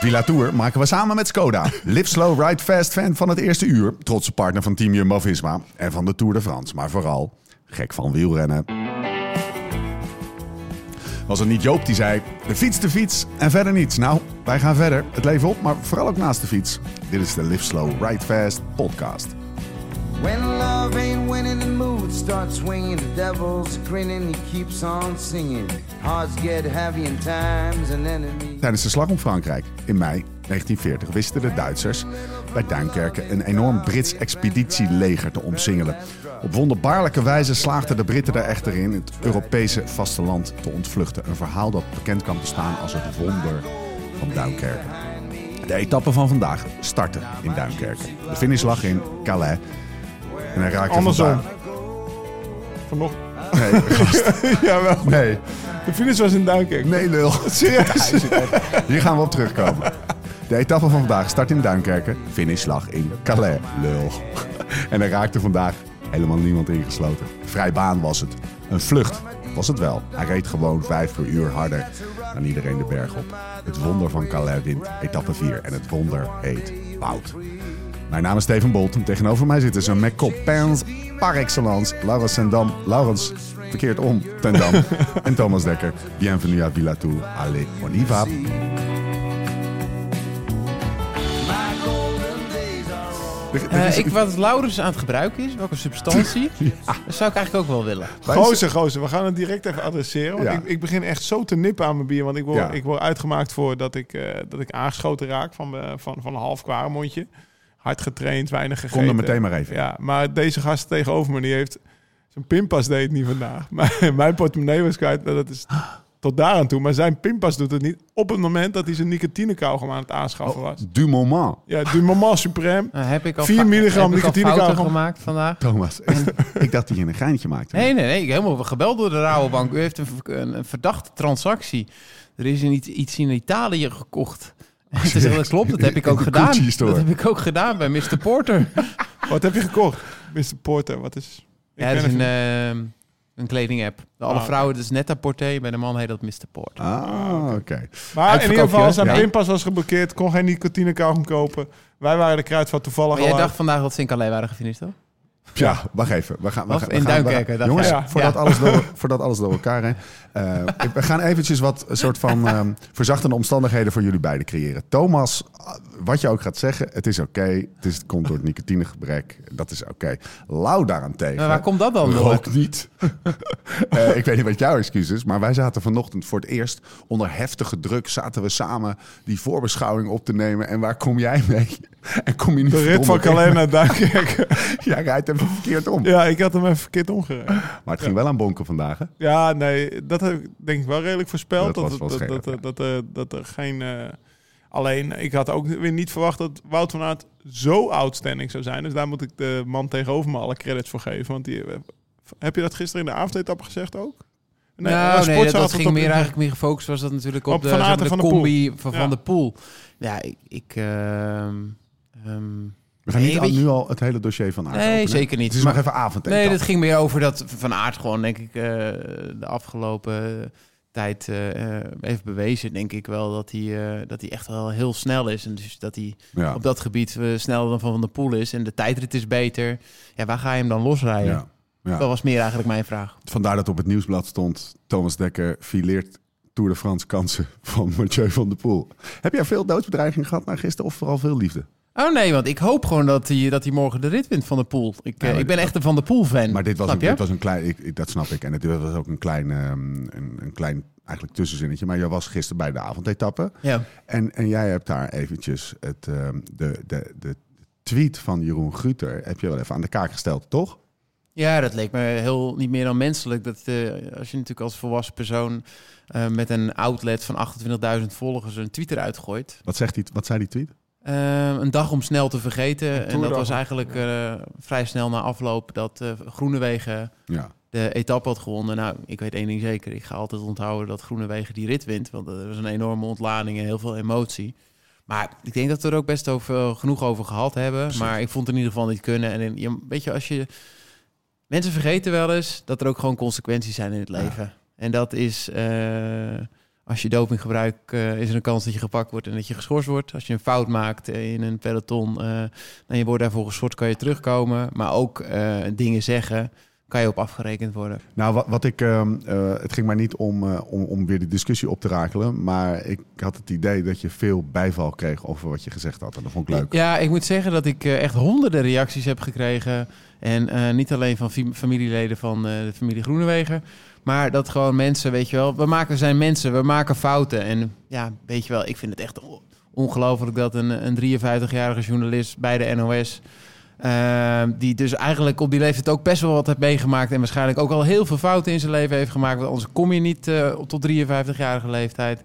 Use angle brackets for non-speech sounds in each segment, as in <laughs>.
Villa Tour maken we samen met Skoda. Live slow, ride fast fan van het eerste uur. Trotse partner van Team Jumbo-Visma en van de Tour de France. Maar vooral, gek van wielrennen. Was het niet Joop die zei, de fiets, de fiets en verder niets. Nou, wij gaan verder. Het leven op, maar vooral ook naast de fiets. Dit is de Live Slow, Ride Fast podcast. When love ain't winning, the mood starts swinging. The devil's grinning, he keeps on singing. Hearts get heavy in time's an enemy. Tijdens de slag om Frankrijk in mei 1940 wisten de Duitsers bij Duinkerken een enorm Brits expeditieleger te omsingelen. Op wonderbaarlijke wijze slaagden de Britten er echter in het Europese vasteland te ontvluchten. Een verhaal dat bekend kan bestaan als het wonder van Duinkerken. De etappe van vandaag startte in Duinkerken. De finish lag in Calais. En hij raakte Andersom. vandaag- Vanochtend. Nee, <laughs> gast. <laughs> Jawel. nee, De finish was in Duinkerk. nee lul. Serieus? Hier gaan we op terugkomen. De etappe van vandaag start in Duinkerken, finish lag in Calais. Lul. <laughs> En er raakte vandaag helemaal niemand ingesloten. Vrij baan was het. Een vlucht was het wel. Hij reed gewoon vijf per uur harder dan iedereen de berg op. Het wonder van Calais wint etappe 4 en het wonder heet Wout. Mijn naam is Steven Bolt en tegenover mij zitten zo'n McCoppins par excellence. Laurens Tendam, Laurens verkeerd om, Tendam en Thomas Dekker. Bienvenue à Villa Tour, allez, on y Eh, va. My golden days are over. Er- er Eh, is- ik, wat Laurens aan het gebruiken is, welke <laughs> substantie, dat zou ik eigenlijk ook wel willen. Gozer, gozer, we gaan het direct even adresseren. Want Ja. ik, ik begin echt zo te nippen aan mijn bier. Want ik word, Ja. ik word uitgemaakt voor dat ik, eh, dat ik aangeschoten raak van, eh, van, van een half kwaremondje. Hard getraind, weinig gegeten. Kom er meteen maar even. Ja, maar deze gast tegenover me, die heeft... Zijn pinpas deed het niet vandaag. <laughs> Maar mijn portemonnee was kwijt. Nou, dat is tot daar aan toe. Maar zijn pinpas doet het niet op het moment dat hij zijn nicotinekauwgom aan het aanschaffen was. Oh, Du moment. Ja, du moment supreme. Nou, heb ik al Vier fa- milligram heb ik al nicotinekauwgom. fouten gemaakt vandaag. Thomas, <laughs> ik dacht dat je een geintje maakte. Nee, nee, nee. Ik helemaal gebeld door de Rabobank. U heeft een, ver- een, een verdachte transactie. Er is in iets, iets in Italië gekocht. <laughs> En ze zeggen, dat klopt, dat heb ik In ook de gedaan. Gucci store. Dat heb ik ook gedaan bij Mr. <laughs> Porter. Wat heb je gekocht? Mr. Porter, wat is... Ik ja, dat is ben een, even- ehm, een kledingapp. Bij alle Ah. vrouwen, dat is net porté. Bij de man heet dat Mr. Porter. Ah, oké. Maar in eh, Uitverkoopje, ieder geval, hè? zijn Ja. pinpas was geblokkeerd. Kon geen nicotinekauwgom kopen. Wij waren de kruidvat toevallig Maar jij al dacht uit. vandaag dat ze in Calais waren gefinished, toch? Ja, wacht even. We gaan, we Of gaan, we in gaan- we Duinkerken, gaan- dat jongens, gaat- ja. Voordat, Ja. Alles <laughs> door, voordat alles door elkaar heen. Eh, ik- we gaan eventjes wat soort <laughs> van ehm, verzachtende omstandigheden voor jullie beiden creëren. Thomas, wat je ook gaat zeggen, het is oké. Het is Het komt door het nicotinegebrek. Dat is oké. Lau daarentegen. Maar waar komt dat dan door? Rook niet. <laughs> Eh, ik weet niet wat jouw excuus is, maar wij zaten vanochtend voor het eerst onder heftige druk. Zaten we samen die voorbeschouwing op te nemen. En waar kom jij mee? <laughs> En kom je niet De rit van verdomme Calais <laughs> naar Duinkerken. mee? <laughs> Jij rijdt even verkeerd om. ja, ik had hem even verkeerd omgereden. Maar het ging wel aan bonken vandaag. Hè? Ja, nee, dat heb ik denk ik wel redelijk Dat voorspeld. Dat, was dat, wel dat, scherp, dat, ja. dat, eh, dat er geen... eh, alleen, ik had ook weer niet verwacht dat Wout van Aert zo outstanding zou zijn. Dus daar moet ik de man tegenover me alle credits voor geven. Want die, eh, heb je dat gisteren in de avondetappe gezegd ook? nou, was nee, dat, sportzaal dat tot ging op- meer eigenlijk meer gefocust was dat natuurlijk op, Op de, Van zeg maar, Aert en de Van der combi van Ja. Van der Poel. Ja, ik... ik ehm, ehm, We gaan Nee, niet al- weet je- nu al het hele dossier van Aert Nee, openen. zeker niet. Het is maar even avond. nee, dat ging meer over dat Van Aert gewoon, denk ik, eh, de afgelopen tijd eh, eh, heeft bewezen, denk ik wel, dat hij, eh, dat hij echt wel heel snel is. En dus dat hij Ja. op dat gebied eh, sneller dan Van Van der Poel is. En de tijdrit is beter. Ja, waar ga je hem dan losrijden? Ja. Ja. Dat was meer eigenlijk mijn vraag. Vandaar dat op het nieuwsblad stond... Thomas Dekker fileert Tour de France kansen van Mathieu van der Poel. Heb jij veel doodsbedreiging gehad na gisteren of vooral veel liefde? Oh nee, want ik hoop gewoon dat hij, dat hij morgen de rit wint van de Poel. Ik, eh, Ja, maar- ik ben echt een Van de Poel fan. Maar dit was, een, Snap je? dit was een klein... Ik, ik- dat snap ik. En het was ook een klein, ehm, een, een klein eigenlijk tussenzinnetje. Maar jij was gisteren bij de avondetappe. Ja. En, en jij hebt daar eventjes het, ehm, de, de, de tweet van Jeroen Guter... heb je wel even aan de kaak gesteld, toch? ja, dat leek me heel niet meer dan menselijk. Dat, eh, als je natuurlijk als volwassen persoon eh, met een outlet van 28.000 volgers een tweet eruit gooit. Wat, zegt die, wat zei die tweet? Eh, een dag om snel te vergeten. En dat toerdag. was eigenlijk eh, vrij snel na afloop dat eh, Groenewegen Ja. de etappe had gewonnen. Nou, ik weet één ding zeker. Ik ga altijd onthouden dat Groenewegen die rit wint. Want er was een enorme ontlading en heel veel emotie. Maar ik denk dat we er ook best over, eh, genoeg over gehad hebben. Maar ik vond het in ieder geval niet kunnen. En in- je, weet je, als je... Mensen vergeten wel eens dat er ook gewoon consequenties zijn in het leven. En dat is... eh, Als je doping gebruikt, eh, is er een kans dat je gepakt wordt en dat je geschorst wordt. Als je een fout maakt in een peloton eh, en je wordt daarvoor geschorst, kan je terugkomen. Maar ook eh, dingen zeggen, kan je op afgerekend worden. Nou, wat, wat ik, ehm, eh, het ging mij niet om, eh, om, om weer die discussie op te rakelen. Maar ik had het idee dat je veel bijval kreeg over wat je gezegd had. En dat vond ik leuk. Ja, ik moet zeggen dat ik eh, echt honderden reacties heb gekregen. En eh, niet alleen van fam- familieleden van eh, de familie Groenewegen. Maar dat gewoon mensen, weet je wel. We, maken, we zijn mensen, we maken fouten. En ja, weet je wel, ik vind het echt on- ongelooflijk dat een, een 53-jarige journalist bij de NOS... eh, die dus eigenlijk op die leeftijd ook best wel wat heeft meegemaakt... en waarschijnlijk ook al heel veel fouten in zijn leven heeft gemaakt... want anders kom je niet eh, op tot 53-jarige leeftijd...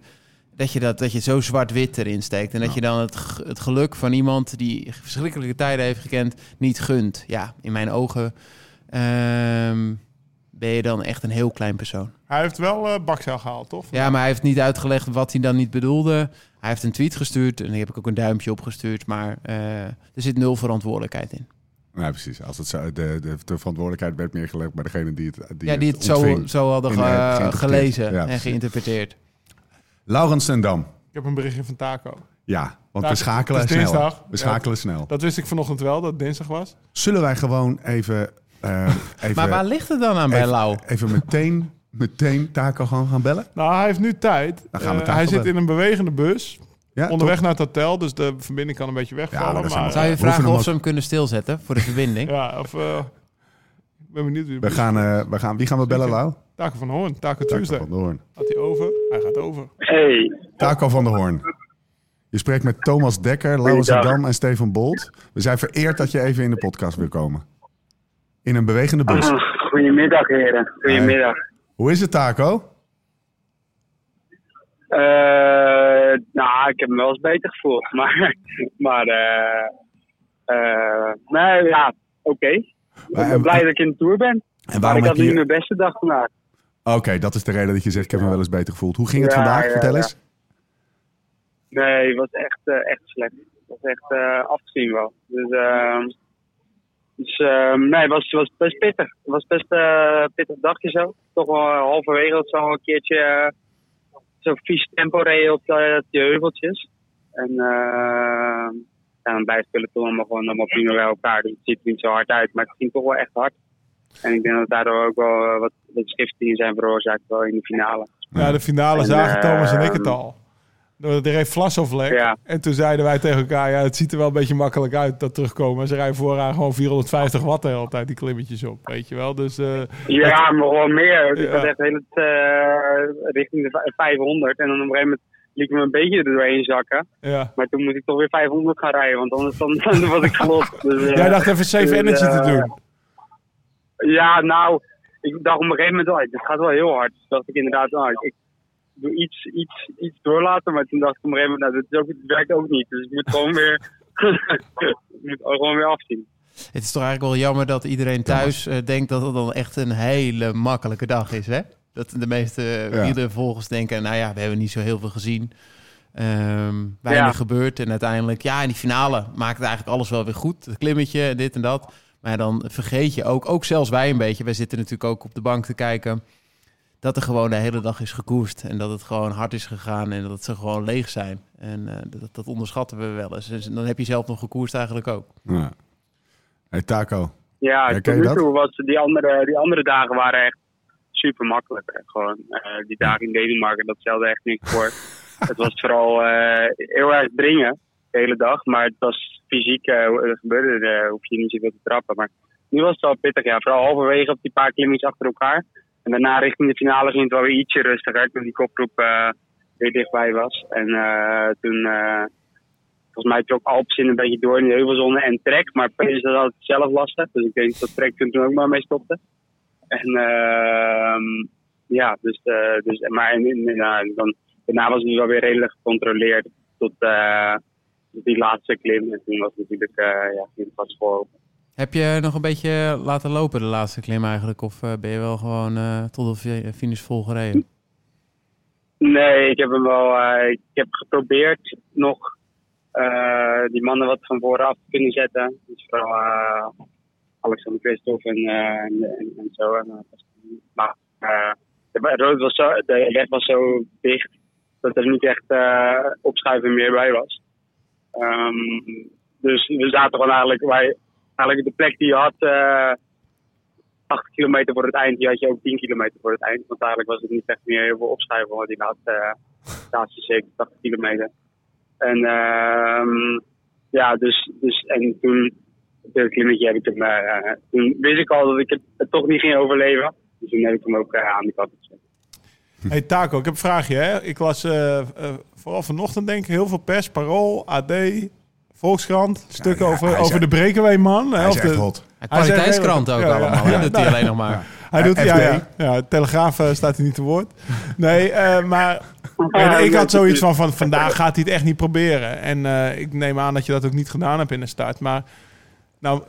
Dat je, dat, dat je zo zwart-wit erin steekt. En dat je dan het, g- het geluk van iemand die verschrikkelijke tijden heeft gekend, niet gunt. Ja, in mijn ogen ehm, ben je dan echt een heel klein persoon. Hij heeft wel eh bakzeil gehaald, toch? Ja, maar hij heeft niet uitgelegd wat hij dan niet bedoelde. Hij heeft een tweet gestuurd en die heb ik ook een duimpje opgestuurd. Maar eh, er zit nul verantwoordelijkheid in. Nee, precies. Als het zo, de, de, de verantwoordelijkheid werd neergelegd bij degene die het, die ja, die het, zo, ontving. zo hadden en, ge- eh, geïnterpreteerd. gelezen Ja, en precies. geïnterpreteerd. Laurens ten Dam. Ik heb een berichtje van Taco. Ja, want Nou, we schakelen het is snel. dinsdag. We schakelen snel. Dat wist ik vanochtend wel, dat het dinsdag was. Zullen wij gewoon even... eh, even Maar waar ligt het dan aan bij even, Lau? even meteen, meteen Taco gewoon gaan bellen? Nou, hij heeft nu tijd. Dan gaan we Eh, Taco hij zit bellen. in een bewegende bus. Ja, onderweg naar het hotel, dus de verbinding kan een beetje wegvallen. Ja, maar dat zijn maar, we- Zou je hoeven vragen hem of ook- ze hem kunnen stilzetten voor de verbinding? ja, of... eh, ik ben benieuwd wie We gaan, eh, we gaan, wie gaan we bellen, Lau? Taco van Hoorn, Taco Taco Tuesday. van de Hoorn. Gaat hij over? Hij gaat over. Hey, Taco van der Hoorn. Je spreekt met Thomas Dekker, Laurens Goeiedag. Dam en Steven Bolt. We zijn vereerd dat je even in de podcast wil komen. In een bewegende bus. Ah, goedemiddag heren. Goedemiddag. Hoe is het, Taco? Eh, nou, ik heb me wel eens beter gevoeld, <laughs> maar, maar eh, eh, nee, ja, oké. Ik ben blij dat ik in de tour ben. eh, En Maar waarom ik heb had je... niet hier- mijn beste dag vandaag. Oké, dat is de reden dat je zegt, ik heb me wel eens beter gevoeld. Hoe ging het Ja, vandaag? ja, Vertel ja. eens. Nee, het was echt, eh, echt slecht. Het was echt eh, afgezien wel. Dus, ehm, dus ehm, nee, het was, was best pittig. Het was best eh, pittig dagje zo. Toch wel eh, halverwege dat zo een keertje eh, zo'n vies tempo reden op de, eh, die heuveltjes. En ehm, ja, dan blijft het peloton allemaal gewoon allemaal prima bij elkaar. Dus het ziet er niet zo hard uit, maar het ging toch wel echt hard. En ik denk dat daardoor ook wel eh, wat, wat schiftingen zijn veroorzaakt wel in de finale. Ja, de finale En, zagen eh, Thomas en ik het al. Er er heeft Vlasovlek. Ja. En toen zeiden wij tegen elkaar, ja, het ziet er wel een beetje makkelijk uit dat terugkomen. En ze rijden vooraan gewoon 450 watt de hele tijd die klimmetjes op, weet je wel. Dus eh, Ja, maar gewoon meer. Dus Ik Ja. was echt heel het, eh, richting de vij- 500. En dan op een gegeven moment liet ik me een beetje er doorheen zakken. ja. Maar toen moest ik toch weer 500 gaan rijden, want anders dan, <laughs> dan was ik gelost. Dus, eh, Jij dacht even safe dus, energy te eh, doen. Ja, nou, ik dacht op een gegeven moment, oh, dit gaat wel heel hard. Toen dacht ik inderdaad, oh, ik- ik doe iets, iets, iets doorlaten. Maar toen dacht ik op een gegeven moment, nou, dit, is ook, dit werkt ook niet. Dus ik moet gewoon weer, <laughs> ik moet gewoon weer afzien. Het is toch eigenlijk wel jammer dat iedereen thuis eh, denkt dat het dan echt een hele makkelijke dag is, hè? Dat de meeste Ja. iedere volgers denken, nou ja, we hebben niet zo heel veel gezien. Ehm weinig Ja. gebeurd en uiteindelijk, ja, in die finale maakt het eigenlijk alles wel weer goed. Het klimmetje, dit en dat. Maar dan vergeet je ook, ook zelfs wij een beetje, wij zitten natuurlijk ook op de bank te kijken, dat er gewoon de hele dag is gekoerst en dat het gewoon hard is gegaan en dat ze gewoon leeg zijn. En eh, dat, dat onderschatten we wel eens. Dus dan heb je zelf nog gekoerst eigenlijk ook. Ja. Hey, Taco. Ja, Herken tot je nu dat? toe was die andere, die andere dagen waren echt super makkelijk. hè. Gewoon eh, die dagen in Denemarken, dat stelde echt <laughs> niks voor. het was vooral eh, heel erg dringen de hele dag, maar het was fysiek, eh, er gebeurde, eh, hoef je niet zoveel te trappen. Maar nu was het wel pittig, ja. Vooral halverwege op die paar klimmetjes achter elkaar. En daarna richting de finale ging het wel weer ietsje rustiger, toen die kopgroep eh, weer dichtbij was. En eh, toen... eh, volgens mij trok Alpsin een beetje door in de heuvelzone en Trek. Maar Peres had het zelf lastig. Dus ik denk dat Trek toen ook maar mee stopte. En ehm, ja, dus, eh, dus maar en, en- en, nou, dan, daarna was het dus wel weer redelijk gecontroleerd tot, eh, tot die laatste klim. En toen was het natuurlijk, eh ja, ging het pas voor. Heb je nog een beetje laten lopen de laatste klim eigenlijk? Of eh, ben je wel gewoon eh, tot de fi- finish vol gereden? Nee, ik heb hem wel. eh, ik heb geprobeerd nog eh, die mannen wat van vooraf te kunnen zetten. Dus vooral eh, Alexander Christophe en, eh, en, en, en zo. En, eh, maar eh, de rood was zo, de weg was zo dicht dat er niet echt eh, opschuiven meer bij was. Ehm, dus we zaten gewoon eigenlijk, wij, eigenlijk de plek die je had, eh 8 kilometer voor het eind, die had je ook 10 kilometer voor het eind. Want eigenlijk was het niet echt meer heel veel opschuiven, want die had eh de laatste zeker 80 kilometer. En ehm, ja, dus, dus en toen, een klimmetje heb ik hem, eh, toen wist ik al dat ik het, het toch niet ging overleven. Dus toen heb ik hem ook eh, aan de kant gezet. Hey Taco, ik heb een vraagje. Hè? Ik las eh, eh, vooral vanochtend denk ik heel veel pers, Parool, AD, Volkskrant. Stukken ja, over, hij is over echt- de breakaway man. Hij is echt hot. Kwaliteitskrant ook allemaal, hè? doet hij alleen nog maar. Hij doet, ja, FD. ja, ja. Telegraaf eh, staat hij niet te woord. Nee, eh, maar en ik had zoiets dus- van, van vandaag gaat hij het echt niet proberen. En eh, ik neem aan dat je dat ook niet gedaan hebt in de start. Maar nou,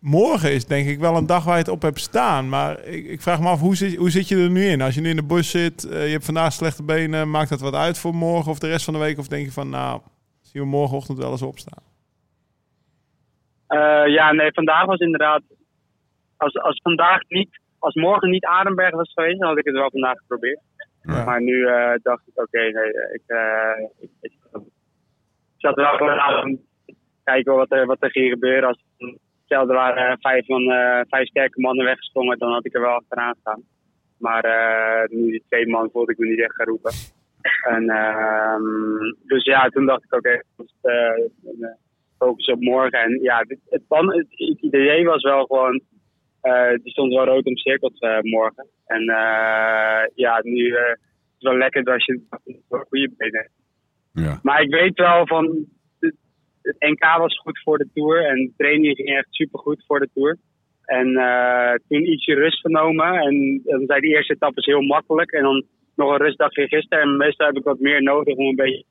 morgen is denk ik wel een dag waar je het op hebt staan. Maar ik, ik vraag me af, hoe zit, hoe zit je er nu in? Als je nu in de bus zit, eh, je hebt vandaag slechte benen. Maakt dat wat uit voor morgen of de rest van de week? Of denk je van, nou, zien we morgenochtend wel eens opstaan? Eh, ja, nee, vandaag was inderdaad. Als, als vandaag niet, als morgen niet Arenberg was geweest, dan had ik het wel vandaag geprobeerd. Ja. Maar nu eh, dacht ik, oké, nee, ik, eh, ik, ik, ik zat wel gewoon aan te kijken wat er, wat er ging gebeuren. Als, stel, er waren eh, vijf, van, eh, vijf sterke mannen weggesprongen, dan had ik er wel achteraan staan. Maar eh, nu die twee man voelde ik me niet echt geroepen. En, ehm, dus ja, toen dacht ik, oké, dus, eh, focus op morgen. En ja, het, het, plan, het, het idee was wel gewoon, eh, die stond wel rood omcirkeld eh morgen. En eh, ja, nu eh, het is wel lekker als je voor goede benen hebt. Ja. Maar ik weet wel van, het, het NK was goed voor de Tour en de training ging echt supergoed voor de Tour. En eh, toen ietsje rust genomen en dan zijn die eerste etappes heel makkelijk. En dan nog een rustdagje gisteren en meestal heb ik wat meer nodig om een beetje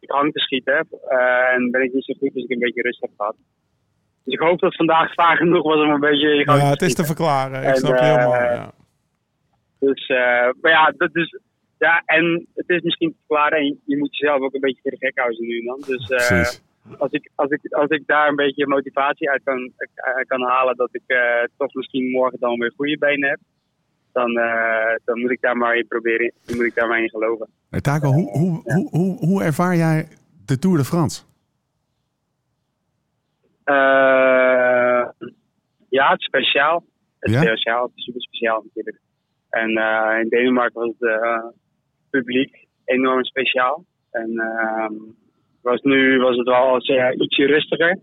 in gang te schieten. Eh, en ben ik niet zo goed als ik een beetje rust heb gehad. Dus ik hoop dat vandaag vaak genoeg was om een beetje in gang Ja, te het is schieten. te verklaren. Ik Nou, En, snap je eh, helemaal. Ja. Dus, eh, maar ja, dat is, ja, en het is misschien te verklaren. En je, je moet jezelf ook een beetje voor de gek houden nu en dan. Dus eh, Precies. als, ik, als, ik, als ik daar een beetje motivatie uit kan, uit kan halen, dat ik eh, toch misschien morgen dan weer goede benen heb, dan, eh, dan moet ik daar maar in proberen. Dan moet ik daar maar in geloven. Hey, Taco, hoe, hoe, hoe, hoe, hoe ervaar jij de Tour de France? Eh, ja, het is speciaal. Het is Ja? speciaal, het is super speciaal natuurlijk. En eh, in Denemarken was het eh, publiek enorm speciaal. En ehm, was nu was het wel als, eh, ietsje rustiger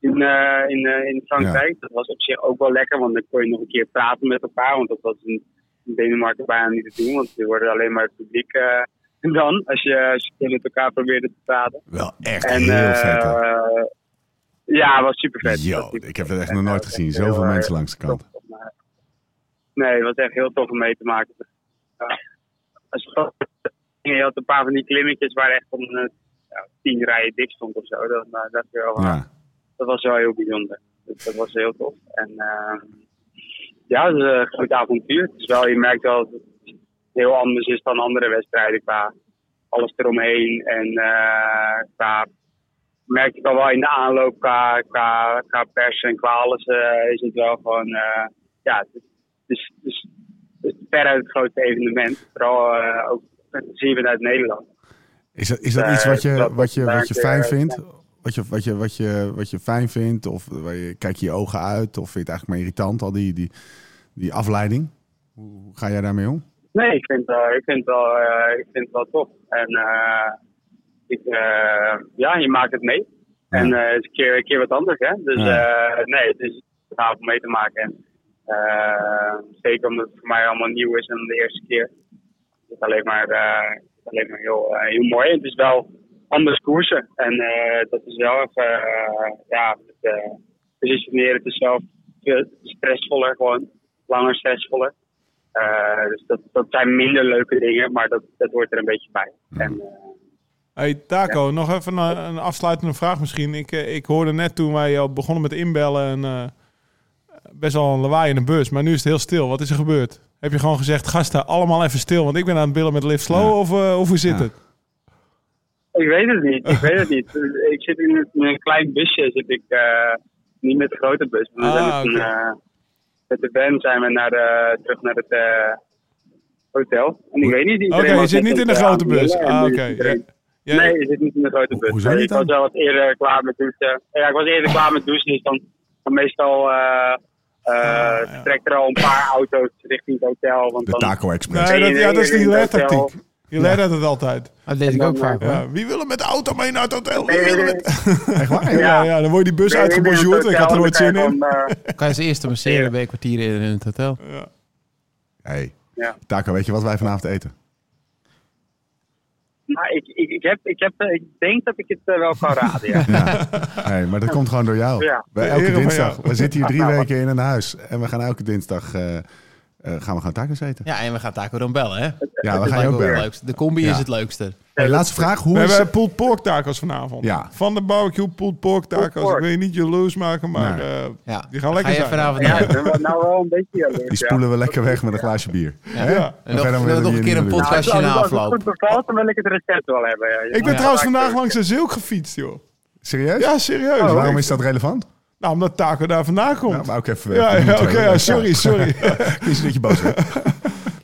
in, eh, in, eh, in Frankrijk. Dat was op zich ook wel lekker, want dan kon je nog een keer praten met elkaar. Want dat was in, in Denemarken bijna niet te doen, want er worden alleen maar het publiek eh, <laughs> dan. Als je, als je met elkaar probeerde te praten. Wel echt En, heel vet. hè? eh, ja, het was super vet. Yo, ik heb het echt nog nooit gezien. Zoveel eh, mensen langs de kant. Nee, het was echt heel tof om mee te maken. Ja. Als je- je had een paar van die klimmetjes waar echt om eh, ja, tien rijen dik stond of zo. Dan, eh, dacht je wel, van, Ja. dat was wel heel bijzonder. Dus dat was heel tof. En ehm, ja, het is een goed avontuur. Het is wel, je merkt wel dat het heel anders is dan andere wedstrijden qua alles eromheen. En eh qua, merk ik al wel in de aanloop qua, qua, qua pers en qua alles eh, is het wel gewoon, eh, ja, het is, het is, het is- het is veruit het grootste evenement. Vooral eh, ook zien we uit Nederland. Is dat, is dat Eh, iets wat je, dat- wat je, wat je daar- fijn eh, vindt? Wat je, wat, je, wat, je, wat je fijn vindt? Of waar je, kijk je je ogen uit? Of vind je het eigenlijk maar irritant, al die, die, die afleiding? Hoe hoe ga jij daarmee om? Nee, ik vind, eh, ik vind, het wel, eh, ik vind het wel tof. En eh, ik, eh, ja, je maakt het mee. En eh, het is een keer, een keer wat anders, hè. Dus eh, nee, het is gaaf om mee te maken. En, eh, zeker omdat het voor mij allemaal nieuw is en de eerste keer. Het is alleen maar, eh, het is alleen maar heel, eh, heel mooi. Het is wel anders koersen. En eh, dat is wel even, eh, ja, het, eh, positioneren. Het is wel veel stressvoller, gewoon langer stressvoller. Eh, dus dat, dat zijn minder leuke dingen, maar dat, dat hoort er een beetje bij. En, eh, Hey Taco, nog even een, een afsluitende vraag misschien. Ik, eh, ik hoorde net toen wij al begonnen met inbellen en, eh, best wel een lawaai in de bus. Maar nu is het heel stil. Wat is er gebeurd? Heb je gewoon gezegd, gasten, allemaal even stil. Want ik ben aan het billen met Live Slow of, eh, of hoe zit Ja. het? ik weet het niet, ik weet het niet. Ik zit in een, in een klein busje, zit ik, eh, niet met de grote bus. Maar we Ah, zijn eh, met, een, oké. eh, met de band zijn we naar de, terug naar het, eh, hotel. En ik weet niet. Oké, iedereen je was zit net niet in aan de het, grote eh, bus. aanbellen en Ah, dus oké. iedereen- Ja. eh, Ja. Nee, je zit niet in de grote bus. hoezo niet ik was dan? wel wat eerder eh, klaar met douchen. Ja, ik was eerder klaar met douchen, dus dan, dan meestal eh eh, Ah, ja. vertrekt er al een paar auto's richting het hotel. Want De dan, Taco Express. Nee, dat, ja, dat is die in het leertactiek. hotel. Je leert dat het altijd. Dat deed ik ook Ja. vaak, hoor. Ja, wie willen met de auto mee naar het hotel? Wie Nee, willen nee, met- <laughs> Echt waar? Ja. Ja, ja, dan word je die bus ben je in het uitgebonjourd. Ik had er hotel nooit en zin dan, in. eh, <laughs> Kan je ze eerst te masseren, ben je kwartier eerder in het hotel. Ja. Hey. Ja. Taco, weet je wat wij vanavond eten? nou, ik, ik, ik, heb, ik, heb, eh, ik denk dat ik het eh, wel kan raden, <laughs> ja. Hey, maar dat komt gewoon door jou. Ja. Wij De elke eer van dinsdag. jou. We zitten hier drie <laughs> Nou, weken in een huis. En we gaan elke dinsdag eh, eh, gaan we gewoon tacos eten. Ja, en we gaan Taco dan bellen, hè? Ja, we Dat gaan lijkt je me ook wel het bellen. leukste. De combi Ja. is het leukste. Hey, laatste vraag. We Hoe is... hebben pulled pork tacos vanavond. Ja. Van de barbecue pulled pork Pulled tacos. pork. Ik wil je niet jaloers maken, maar Nee. eh, Ja. die gaan lekker Ga je zijn. vanavond Ja, naar ik ben wel- nou wel een beetje jaloers, Die ja. spoelen we lekker weg met een glaasje bier. Hè? Ja. We En nog- gaan dan nog- weer nog hier een keer een niet meer podcast. Als Nou, je na als het afloopt. goed bevalt, dan wil ik het recept wel hebben. Ja. Ik ben trouwens vandaag langs de Zilk gefietst, joh. doen. Serieus? Ja, serieus. Oh, Dus waarom is dat relevant? Nou, omdat Taco daar vandaan komt. Nou, maar ook even. Ja, ja, even oké, neutraal. ja, sorry, <laughs> <laughs> sorry. Kies dat je boos <laughs> bent.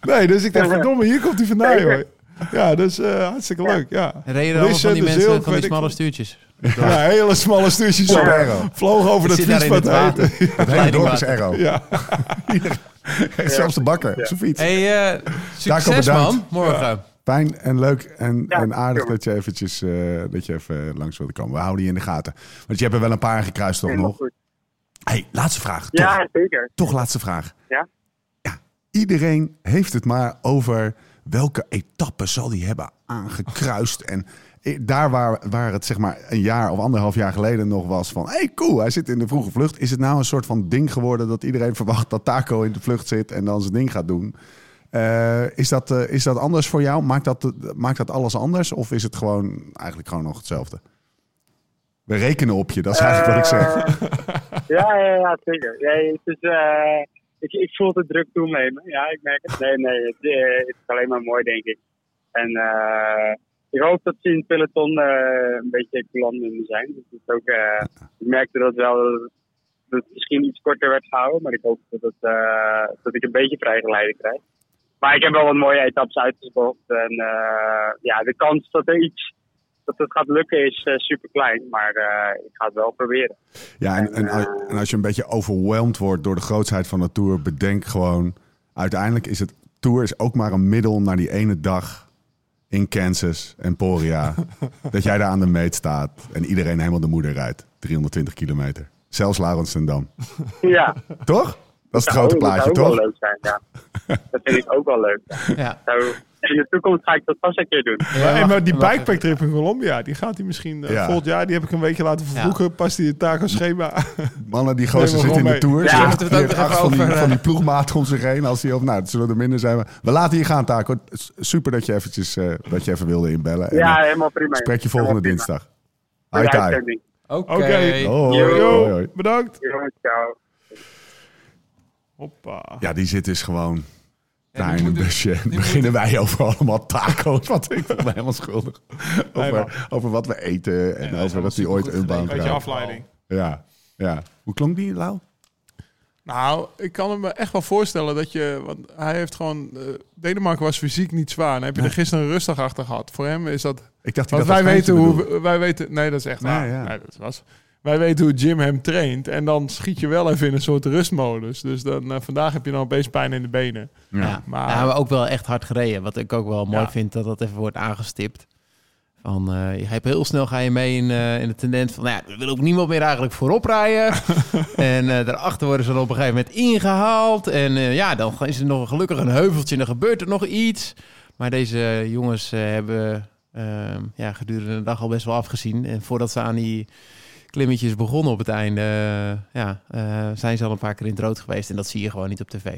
Nee, dus ik dacht, verdomme, hier komt hij vandaan, joh. Ja, dus eh, hartstikke leuk, ja. Reden allemaal van die Richard de mensen Zilk, van die weet ik smalle veel. stuurtjes. Ja, hele smalle stuurtjes. zo. Sombrero. Vloog over Ik dat zit daar in fietspad het water. heen. <laughs> Het hele dorp is Aero. Ja, <laughs> Zelfs de bakker, op zijn fiets. hey, eh, succes bedankt. man, morgen. Fijn en leuk en, Ja, en aardig tuurlijk. dat je, eventjes, eh, dat je even langs wilde komen. We houden je in de gaten. Want je hebt er wel een paar gekruist toch nog? hey, laatste vraag. Toch, Ja, zeker. toch laatste vraag. Ja. Ja, iedereen heeft het maar over welke etappe zal die hebben aangekruist. en eh, daar waar, waar het zeg maar een jaar of anderhalf jaar geleden nog was van... hey, cool, hij zit in de vroege vlucht. Is het nou een soort van ding geworden dat iedereen <laughs> verwacht dat Taco in de vlucht zit... en dan zijn ding gaat doen? Eh, is, dat, eh, is dat anders voor jou? Maakt dat, maakt dat alles anders? Of is het gewoon eigenlijk gewoon nog hetzelfde? We rekenen op je, dat is eigenlijk wat ik zeg. Eh, ja, ja, ja, zeker. Ja, het is, eh, ik, ik voel de druk toenemen. Ja, ik merk het. Nee, nee, het, eh, het is alleen maar mooi, denk ik. En eh, ik hoop dat ze in het peloton eh, een beetje equivalent met me zijn. Dus het is ook, eh, ik merkte dat wel dat het- dat het misschien iets korter werd gehouden. Maar ik hoop dat, het, eh, dat ik een beetje vrijgeleide krijg. Maar ik heb wel wat mooie etappes uitgezocht. En eh, ja, de kans dat er iets... Dat het gaat lukken is super klein, maar eh, ik ga het wel proberen. <laughs> Ja, en, en, al- en als je een beetje overweldigd wordt door de grootsheid van de Tour, bedenk gewoon... Uiteindelijk is het Tour is ook maar een middel naar die ene dag in Kansas, <laughs> Emporia. dat jij daar aan de meet staat en iedereen helemaal de moeder rijdt. 320 kilometer. Zelfs Laurens ten Dam. Ja, Toch? Dat is het Nou, grote plaatje, Dat zou ook toch? wel leuk zijn, ja. Dat vind ik ook wel leuk. Ja. Zo, in de toekomst ga ik dat vast een keer doen. Ja, Nee, maar wacht, die wacht even. bikepacktrip in Colombia, die gaat hij misschien eh, Ja. volgend jaar. Die heb ik een weekje laten vervroegen. Past die in het taco-schema? Mannen, die gozer Nee, maar zitten in de gewoon Tour. mee. Ze Ja, heeft- moeten we het ook die heeft nog acht even van die, over, van eh, die ploegmaat om zich heen. Als die, of, nou, het zullen er minder zijn. maar We laten je gaan, Taco. Het is Super dat je, eventjes, eh, dat je even wilde inbellen. En, Ja, eh, helemaal prima. spreek je Helemaal volgende prima. dinsdag. Voor Hoi, de Taco. uitzending. Oké. Oké. Hoi, Yo. hoi, hoi. Bedankt. Jongens, ciao. Hoppa. Ja, die zit dus gewoon die daar in een moet- busje. En beginnen wij over allemaal taco's. Want ik voel me helemaal schuldig. Nee, Over, maar- over wat we eten en over dat hij ooit supergoed unbound gelegen. Beetje gaat. afleiding. Ja, ja. Hoe klonk die, Lau? Nou, ik kan hem me echt wel voorstellen dat je... Want hij heeft gewoon... eh, Denemarken was fysiek niet zwaar. Dan heb je er gisteren rustig achter gehad. Voor hem is dat... Ik dacht, die Want dat wij als weten geintje hoe... bedoelde. Wij weten... Nee, dat is echt Nee, waar. ja. Nee, dat was... Wij weten hoe Jim hem traint. En dan schiet je wel even in een soort rustmodus. Dus dan, eh, vandaag heb je dan opeens pijn in de benen. Ja, maar- maar... we hebben ook wel echt hard gereden. Wat ik ook wel mooi Ja. vind, dat dat even wordt aangestipt. Van, eh, je hebt heel snel ga je mee in, eh, in de tendens van, nou ja, er wil ook niemand meer eigenlijk voorop <laughs> rijden. en eh, daarachter worden ze dan op een gegeven moment ingehaald. En eh, ja, dan is er nog gelukkig een heuveltje en dan gebeurt er nog iets. Maar deze jongens eh, hebben eh, ja, gedurende de dag al best wel afgezien. En voordat ze aan die klimmetjes begonnen op het einde, eh, ja, eh, zijn ze al een paar keer in het rood geweest. En dat zie je gewoon niet op tv.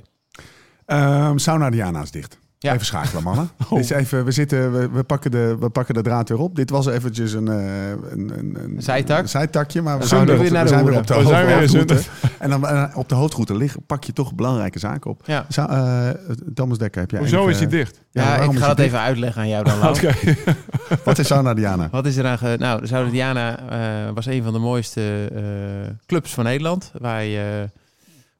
Ehm, sauna Diana is dicht. Ja. Oh. Even schakelen, <laughs> mannen. Dus even, we, zitten, we, we, pakken de, we pakken de draad weer op. Dit was eventjes een, eh, een, een, een Zijtak. een zijtakje, maar we We zijn gaan weer weer op de, naar we de zijn weer hoeren. op de We zijn weer in hoofdroute. <laughs> En dan eh, op de hoofdroute liggen, pak je toch belangrijke zaken op. Ja. Zou, eh, Thomas Dekker, heb jij Hoezo enig, is hij eh, dicht? Ja, Ja, waarom ik is ga hij dat dicht? even uitleggen aan <laughs> jou dan. Nou. Lau. Oké. Wat is Sauna <laughs> Diana? Wat is er aan... Ge... Nou, de Zuid-Diana eh, was een van de mooiste eh, clubs van Nederland. Waar je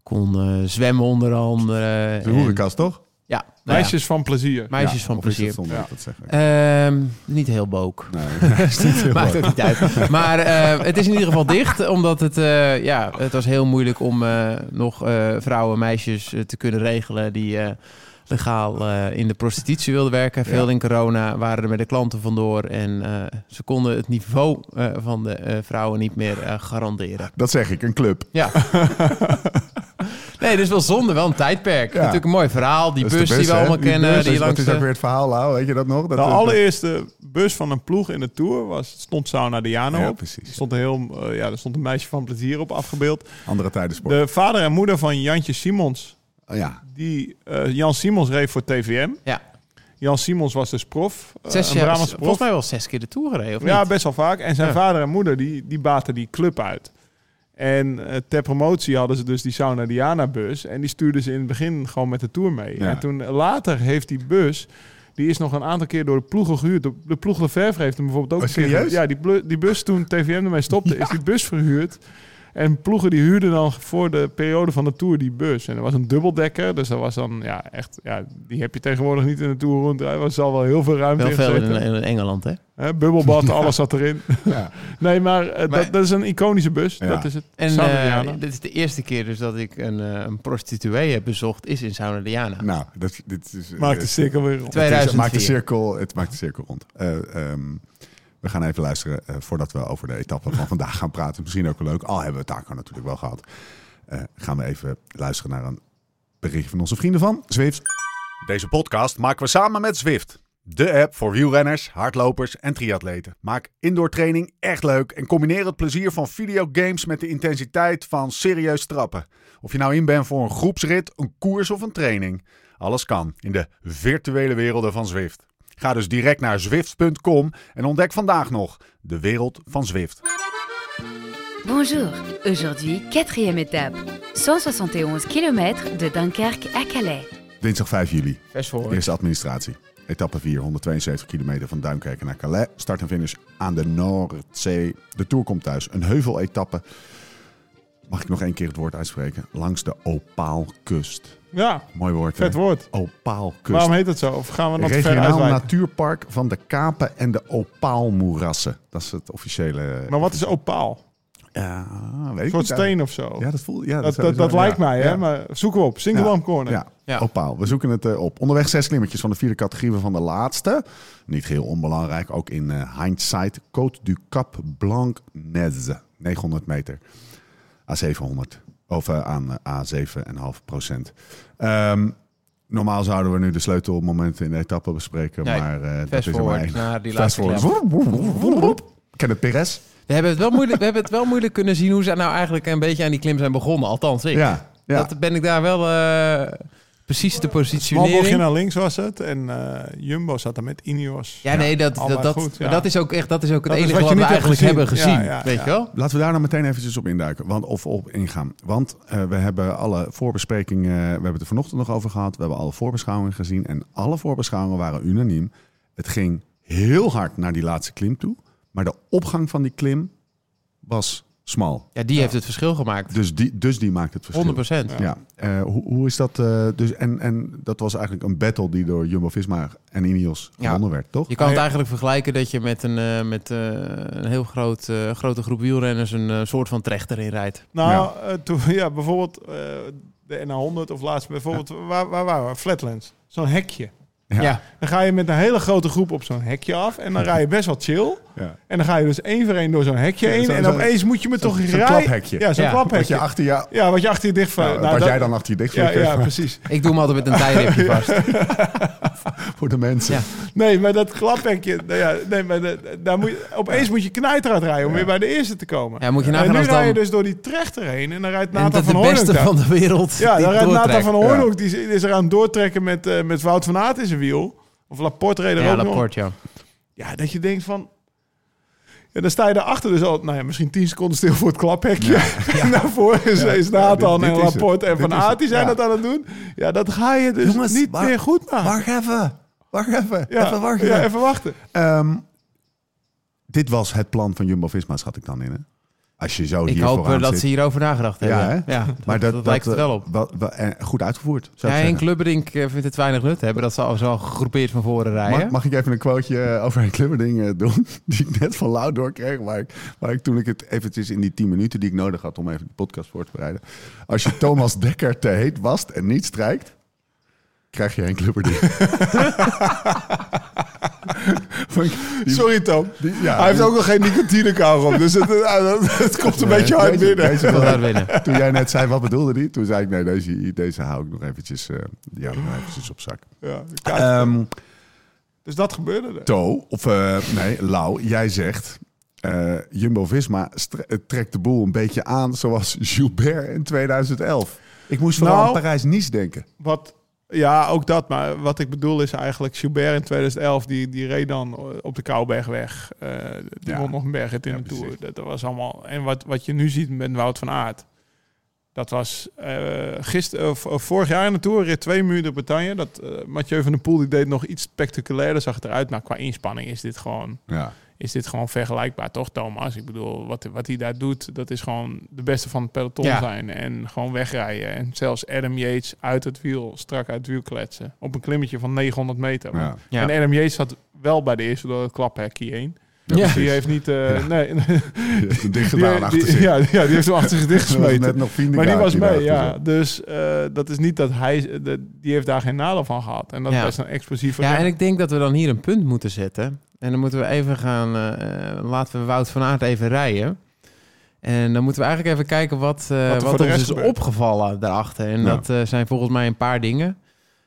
kon eh, zwemmen onder andere. De en- hoerenkast, toch? Ja, Nou ja, Meisjes van plezier. meisjes van of is plezier. dat zonde Ja. dat ik dat zeg? Ehm, niet heel boek. Nee, <laughs> is niet heel Maakt leuk. ook niet uit. Maar eh, het is in ieder geval dicht, omdat het, eh, ja, het was heel moeilijk om eh, nog eh, vrouwen, meisjes eh, te kunnen regelen die eh, legaal eh, in de prostitutie wilden werken. Veel in corona waren er met de klanten vandoor en eh, ze konden het niveau eh, van de eh, vrouwen niet meer eh, garanderen. Dat zeg ik, een club. <laughs> Ja. nee, dus wel zonde, wel een tijdperk. Ja. Natuurlijk een mooi verhaal. Die Dat bus is de die bus, hè? we allemaal kennen, bus die is- langs Dat is ook de... weer het verhaal, Lau, weet je dat nog? Dat De is- allereerste bus van een ploeg in de Tour was, stond Sauna Diano Ja, op. precies. Er stond, een heel, eh, ja, er stond een meisje van plezier op afgebeeld. Andere tijden sport. De vader en moeder van Jantje Simons. Oh, ja. Die, eh, Jan Simons reed voor TVM. Ja, Jan Simons was dus prof. eh, zes een jaar, Brabants volgens prof. mij wel zes keer de Tour gereden, of niet? Ja, best wel vaak. En zijn Ja. vader en moeder die, die baten die club uit. En eh, ter promotie hadden ze dus die Sauna Diana bus. En die stuurden ze in het begin gewoon met de tour mee. Ja. En toen eh, later heeft die bus. Die is nog een aantal keer door de ploegen gehuurd. De, de ploeg Lefevre heeft hem bijvoorbeeld ook Oh, een keer serieus? gehuurd. Ja, die, blu- die bus toen TVM ermee <laughs> stopte, is die bus verhuurd. En ploegen die huurden dan voor de periode van de Tour die bus. En er was een dubbeldekker, dus dat was dan ja, echt... Ja, die heb je tegenwoordig niet in de Tour rondrijden. Er zal wel heel veel ruimte Wel in veel gezeten. in, eh, in Engeland, hè? Hè, <laughs> bubbelbad, alles zat erin. Ja. Nee, maar, eh, Maar- Dat, dat is een iconische bus. Ja. Dat is het. En Sauna eh, Diana. dit is de eerste keer dus dat ik een, eh, een prostituee heb bezocht, is in Sauna Diana. Nou, dat, dit is... Maakt de het- cirkel weer het rond. is- 2004. Het maakt de cirkel, het maakt de cirkel rond. Eh, ehm, we gaan even luisteren eh, voordat we over de etappe van <laughs> vandaag gaan praten. Misschien ook wel leuk, al hebben we het daar natuurlijk wel gehad. Eh, gaan we even luisteren naar een berichtje van onze vrienden van Zwift. Deze podcast maken we samen met Zwift. De app voor wielrenners, hardlopers en triatleten. Maak indoor training echt leuk en combineer het plezier van videogames met de intensiteit van serieus trappen. Of je nou in bent voor een groepsrit, een koers of een training. Alles kan in de virtuele werelden van Zwift. Ga dus direct naar zwift.com en ontdek vandaag nog de wereld van Zwift. Bonjour, aujourd'hui, quatrième étape, 171 km de Dunkerque à Calais. Dinsdag 5 juli, Vers voor. eerste administratie. Etappe 4, 172 kilometer van Duinkerke naar Calais. Start en finish aan de Noordzee. De Tour komt thuis. Een heuveletappe. Mag ik nog één keer het woord uitspreken? Langs de Opaalkust. Ja, Dus- Mooi woord. hè? vet woord. Opaalkust. Waarom heet het zo? Of gaan we nog te ver Regionaal uitwijken? natuurpark van de Kapen en de Opaalmoerassen. Dat is het officiële. Maar wat is opaal? Ja, weet Een ik soort niet. steen of zo. Ja, dat voelt. Ja, dat zou- dat, dat ja. lijkt mij, hè? Ja. Maar zoeken we op. Single Ja. Lamp Corner. Ja. Ja. Opaal. We zoeken het eh, op. Onderweg zes klimmetjes van de vierde categorie van de laatste. Niet geheel onbelangrijk, ook in eh, hindsight. Côte du Cap Blanc Nez. 900 meter. A700. Of eh, aan eh, A7,5 procent. Ehm, normaal zouden we nu de sleutelmomenten in de etappe bespreken. Nee, maar eh, dat Fast is er maar forward één. naar die Fast laatste forward. klem. Woep, woep, woep, woep, woep. Kenneth Perez. We hebben, het wel moeilijk, we hebben het wel moeilijk kunnen zien hoe ze nou eigenlijk een beetje aan die klim zijn begonnen. Althans, ik. Ja, ja. Dat ben ik daar wel eh, precies de Malbochtje positionering. naar links was het. En eh, Jumbo zat er met Ineos. Ja, nee, dat, allebei dat, dat, goed, ja. maar dat is ook echt dat is ook het Dat is enige wat je wat, we niet hebt eigenlijk gezien. hebben gezien. Ja, ja, weet ja. je wel? Laten we daar nou meteen eventjes op induiken. Want, of op ingaan. Want eh, we hebben alle voorbesprekingen... We hebben het er vanochtend nog over gehad. We hebben alle voorbeschouwingen gezien. En alle voorbeschouwingen waren unaniem. Het ging heel hard naar die laatste klim toe. Maar de opgang van die klim was smal. Ja, die heeft het verschil gemaakt. 100%. Dus die, dus die maakt het verschil. Ja. Ja, eh, hoe, hoe is dat? eh, dus, en, en dat was eigenlijk een battle die door Jumbo-Visma en Ineos Ja. gewonnen werd, toch? Je kan het Ja. eigenlijk vergelijken dat je met een, eh, met, eh, een heel groot, eh, grote groep wielrenners een eh, soort van trechter in rijdt. Nou, eh, toen, <laughs> ja, bijvoorbeeld eh, de NA100 of laatst. Bijvoorbeeld, waar, waar waren we? Flatlands. Zo'n hekje. Ja. Dan ga je met een hele grote groep op zo'n hekje af. En dan rij je best wel chill. Ja. En dan ga je dus één voor één door zo'n hekje Ja, heen. zo- en zo- opeens moet je me toch zo'n rijden. klaphekje. Ja, zo'n Ja, Wat je klaphekje. achter je... Ja, wat je achter je dicht... van- nou, nou, wat dat- jij dan achter je dicht Ja, flikkert, ja, precies. Ik doe hem altijd <laughs> met een tijdripje vast. voor de mensen. Ja. Nee, maar dat klaphekje... Nou ja, nee, maar dat- daar moet je, opeens moet je knijterhard rijden om weer bij de eerste te komen. Ja, moet je nagaan en nu als rij je dan- dus door die trechter heen. En dan rijdt En Nathan dat van de Hoorn beste daar. van de wereld. Ja, die dan rijdt Nathan doortrekt. van Hoorn ook. Die is- is eraan doortrekken met, eh, met Wout van Aert in zijn wiel. Of Laporte reed er Ja, ook nog. Laporte, ja. Ja, dat je denkt van... Ja, dan sta je daarachter dus al, nou ja, misschien 10 seconden stil voor het klaphekje. <laughs> En daarvoor is, is Nathan dit- dit is en het. Laporte en Dit Van is het. Aert, die zijn Ja. dat aan het doen. Ja, dat ga je dus Jongens, niet waar- meer goed maken. Wacht even. Wacht even. Ah. ja, Even wachten. Ja, even wachten. Ehm, dit was het plan van Jumbo-Visma, schat ik dan in, hè? Als je zo Ik hier hoop eh, vooraan dat zit. ze hierover nagedacht hebben. Ja, hè? maar dat, dat lijkt het wel op. eh, Wat, wat- en goed uitgevoerd, zou Ja, ik en zeggen. Clubberdink eh, vindt het weinig nut hebben dat ze al zo gegroepeerd van voren rijden. Mag, mag ik even een quoteje eh, over <laughs> een Klubberding eh, doen? Die ik net van Lau doorkreeg. Maar ik, maar ik, toen ik het eventjes in die 10 minuten die ik nodig had om even de podcast voor te bereiden. Als <laughs> je Thomas Dekker te heet wast en niet strijkt, krijg je een <laughs> <laughs> Klubberding. Vond ik- die- Sorry, Tom. die- ja, Hij heeft die- ook nog geen nicotinekaar op, dus eh, het, ah, het, het komt een Nee, beetje hard deze- binnen. deze Ik wil wel. daar winnen. <laughs> Toen jij net zei, wat bedoelde die? Toen zei ik, nee, deze, deze hou ik nog eventjes, eh, die hou ik nog eventjes op zak. Ja, de kaart. Ehm, dus dat gebeurde er. To, of eh, nee, Lau, jij zegt... eh, Jumbo-Visma stre- eh, trekt de boel een beetje aan zoals Gilbert in 2011. Ik moest vooral Nou. aan Parijs-Nice denken. Wat, ja, ook dat. Maar wat ik bedoel is eigenlijk... Schubert in 2011, die, die reed dan op de Kouwbergweg. Eh die Ja. won nog een bergrit in Ja, de Tour. precies. Dat, dat was allemaal... En wat, wat je nu ziet met Wout van Aert... Dat was eh gister, of- of vorig jaar in de Tour, rit twee minuten Bretagne. Dat, eh, Mathieu van der Poel die deed nog iets spectaculairder, zag het eruit. Maar qua inspanning is dit gewoon, Ja. is dit gewoon vergelijkbaar, toch Thomas? Ik bedoel, wat, wat hij daar doet, dat is gewoon de beste van het peloton Ja. zijn. En gewoon wegrijden. En zelfs Adam Yates uit het wiel, strak uit het wiel kletsen. Op een klimmetje van 900 meter. Ja. Ja. En Adam Yates zat wel bij de eerste door het klaphekje heen. Ja. Dus die heeft niet... eh, Nee, Die heeft een dicht die, gedaan achter die- zich. ja, ja, die heeft hem achter zich Er was net dichtgesmeten. nog vrienden Maar die Kaak was daar mee, achter ja. zat. Dus eh, dat is niet dat hij... dat- die heeft daar geen nadeel van gehad. En dat Ja. was een explosief van Ja, hem. en ik denk dat we dan hier een punt moeten zetten. En dan moeten we even gaan... eh, eh, laten we Wout van Aert even rijden. En dan moeten we eigenlijk even kijken wat, eh, er wat, voor de ons rest is gebeurt. opgevallen daarachter. En Ja. dat eh, zijn volgens mij een paar dingen.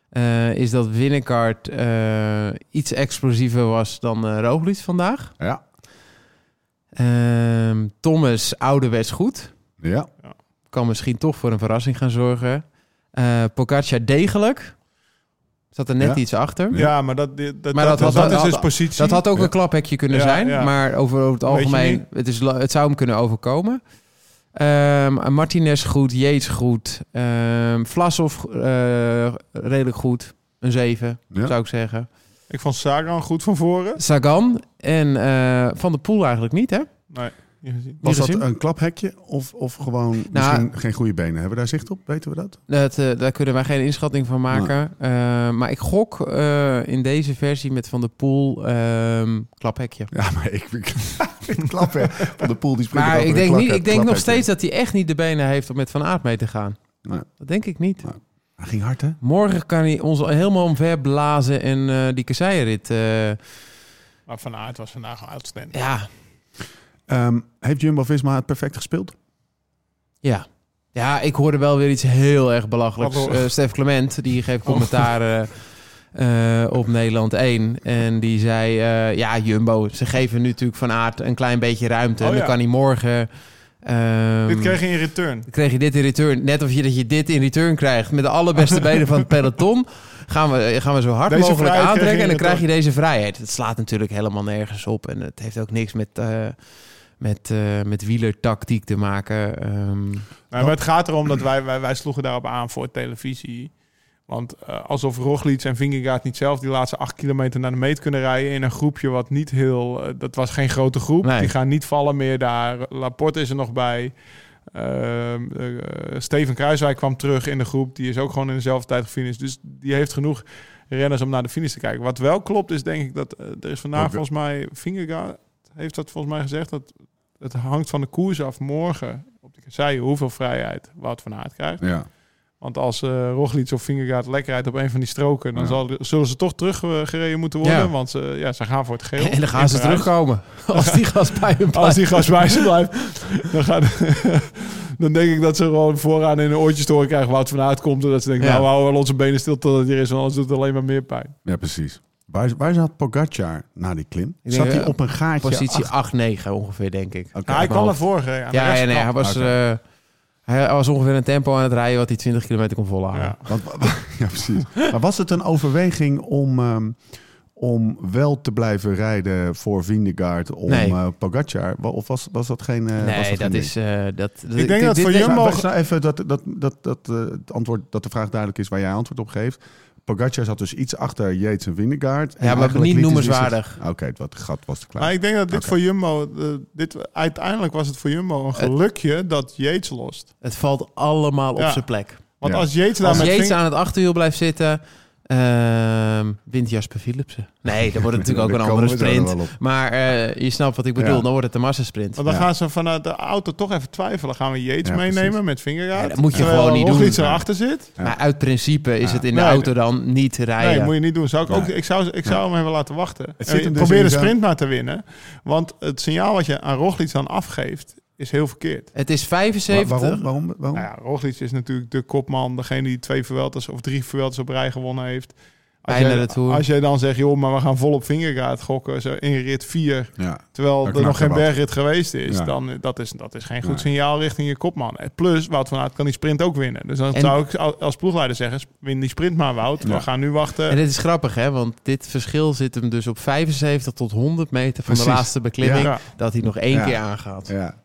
Eh, is dat Winnekaart eh, iets explosiever was dan eh Roglic vandaag. Ja. Ehm, Thomas ouderwets goed. Ja. kan misschien toch voor een verrassing gaan zorgen. Eh Pogacar degelijk. Zat er net Ja. iets achter. Ja, maar dat, dat, dat, Maar dat dat, had- is had- dus positie. Dat had ook Ja. een klaphekje kunnen Ja, zijn. ja. Maar over, over het je algemeen, niet. het, is, la- het zou hem kunnen overkomen. Ehm Martinez goed, Yates goed. Ehm Vlasov eh, redelijk goed. Een 7, Ja. zou ik zeggen. Ik vond Sagan goed van voren. Sagan en eh, Van der Poel eigenlijk niet, hè? Nee, niet gezien. Was Hier dat gezien? een klaphekje of, of gewoon Nou, misschien geen goede benen? Hebben we daar zicht op? Weten we dat? Dat, eh, daar kunnen wij geen inschatting van maken. Eh, maar ik gok eh, in deze versie met Van der Poel ehm, klaphekje. Ja, maar ik... ik het <laughs> klaphek van de poel die springt Maar over ik een denk, klak- niet, ik denk nog klaphekje. steeds dat hij echt niet de benen heeft om met Van Aert mee te gaan. Nee. Dat denk ik niet. Nee. Hij ging hard, hè? Morgen kan hij ons al helemaal omver blazen en eh, die kasseienrit. eh, Maar Van Aert was vandaag al outstanding. ja, Ehm, heeft Jumbo-Visma het perfect gespeeld? ja. Ja, ik hoorde wel weer iets heel erg belachelijks. Wat hoor- Eh, Stef Clement, die geeft commentaar eh, eh, op Nederland 1. En die zei, eh, ja, Jumbo, ze geven nu natuurlijk Van Aert een klein beetje ruimte. Oh, en dan ja. kan hij morgen... ehm, Dit kreeg je in return. Dan kreeg je dit in return. Net of je dat je dit in return krijgt. Met de allerbeste benen van het peloton. Gaan we, gaan we zo hard Deze mogelijk vrijheid kreeg aantrekken. je in En dan krijg je return. deze vrijheid. Het slaat natuurlijk helemaal nergens op. En het heeft ook niks met, eh met, eh met wielertactiek te maken. Ehm, Nee, maar het gaat erom dat wij, wij, wij sloegen daarop aan voor televisie. Want eh, alsof Roglic en Vingegaard niet zelf die laatste acht kilometer naar de meet kunnen rijden... in een groepje wat niet heel... eh, dat was geen grote groep. Nee. Die gaan niet vallen meer daar. Laporte is er nog bij. Ehm, eh, Steven Kruiswijk kwam terug in de groep. Die is ook gewoon in dezelfde tijd gefinished. Dus die heeft genoeg renners om naar de finish te kijken. Wat wel klopt is denk ik dat... eh, er is vandaag Wat we- volgens mij... Vingegaard heeft dat volgens mij gezegd... dat het hangt van de koers af morgen op de kasseien hoeveel vrijheid Wout van Aert krijgt. Ja. Want als eh Roglic of Vingegaard lekker rijdt op een van die stroken, dan Ja. zal, zullen ze toch teruggereden moeten worden. Ja. Want ze, ja, ze gaan voor het geel. <laughs> en dan gaan In ze Parijs. <laughs> terugkomen. Als die gast bij hun Als blijft. die gast bij ze blijft, dan, gaan, <laughs> dan denk ik dat ze gewoon vooraan in een oortjes te horen krijgen Wout van Aert komt. En dat ze denken, Ja. nou, we houden wel onze benen stil totdat hij er is, want anders doet het alleen maar meer pijn. Ja, precies. Waar, waar zat Pogacar na die klim? Ik zat denk, hij eh, op een gaatje? Positie achter? 8-9 ongeveer, denk ik. Oké. Ja, hij uit mijn kwam hoofd. ervoor gereden. Ja, ja, nee, hij, was, Oké. eh, hij was ongeveer een tempo aan het rijden... wat hij 20 kilometer kon volhouden. Ja. Want- wa- <laughs> wa- ja, precies. Maar was het een overweging om, ehm, om wel te blijven rijden voor Vindegaard om Nee. eh, Pogacar? Wa- Of was, was dat geen... eh, was Nee, geen dat ding? is... eh, dat, denk dat voor Wacht, Jumbo- wacht nou even dat, dat, dat, dat eh, het antwoord, dat de vraag duidelijk is waar jij antwoord op geeft. Pogacar zat dus iets achter Yates en Vingegaard. En maar eigenlijk niet liet hij noemenswaardig. zich- Ah, Oké, het wat- het gat was te klein. Maar ik denk dat dit Oké. voor Jumbo... eh, dit, uiteindelijk was het voor Jumbo een gelukje dat Yates lost. Het valt allemaal op Ja. zijn plek. Want Ja. als Yates daar Als met Jeets Ving- aan het achterwiel blijft zitten, ehm wint Jasper Philipsen. Nee, dan <laughs> wordt het natuurlijk ook Daar een andere komen we zo nog sprint. wel op. Maar eh, je snapt wat ik bedoel, Ja. dan wordt het de massasprint. Want dan Ja. gaan ze vanuit de auto toch even twijfelen. Gaan we Yates Ja, meenemen precies. met Vingegaard? Ja, dat moet je Terwijl gewoon niet doen. Roglic erachter zit? Ja. Maar uit principe is Ja. het in de Nee, auto dan niet rijden. Nee, moet je niet doen. Zou ik, ook, Nee. ik zou, ik zou hem hebben laten wachten. zit En hem dus probeer in de zijn- sprint maar te winnen. Want het signaal wat je aan Roglic dan afgeeft, is heel verkeerd. Het is Wa- 75. waarom? Waarom? waarom? Nou ja, Roglic is natuurlijk de kopman. Degene die twee verwelters of drie verwelters op rij gewonnen heeft. Als Bijna jij, de Tour. als jij dan zegt, joh, maar we gaan volop Vingegaard gokken. Zo in rit 4, Ja. terwijl Dan er nog knakt geen er wat. bergrit geweest is. Ja. Dan, eh, dat is, dat is geen goed Nee. signaal richting je kopman. En Plus, Wout van Aert kan die sprint ook winnen. Dus dan En- zou ik al- als ploegleider zeggen, win die sprint maar, Wout. Ja. We gaan nu wachten. En dit is grappig, hè? Want dit verschil zit hem dus op 75 tot 100 meter van de Precies. laatste beklimming. Ja. Dat hij nog één Ja. keer aangaat. Ja.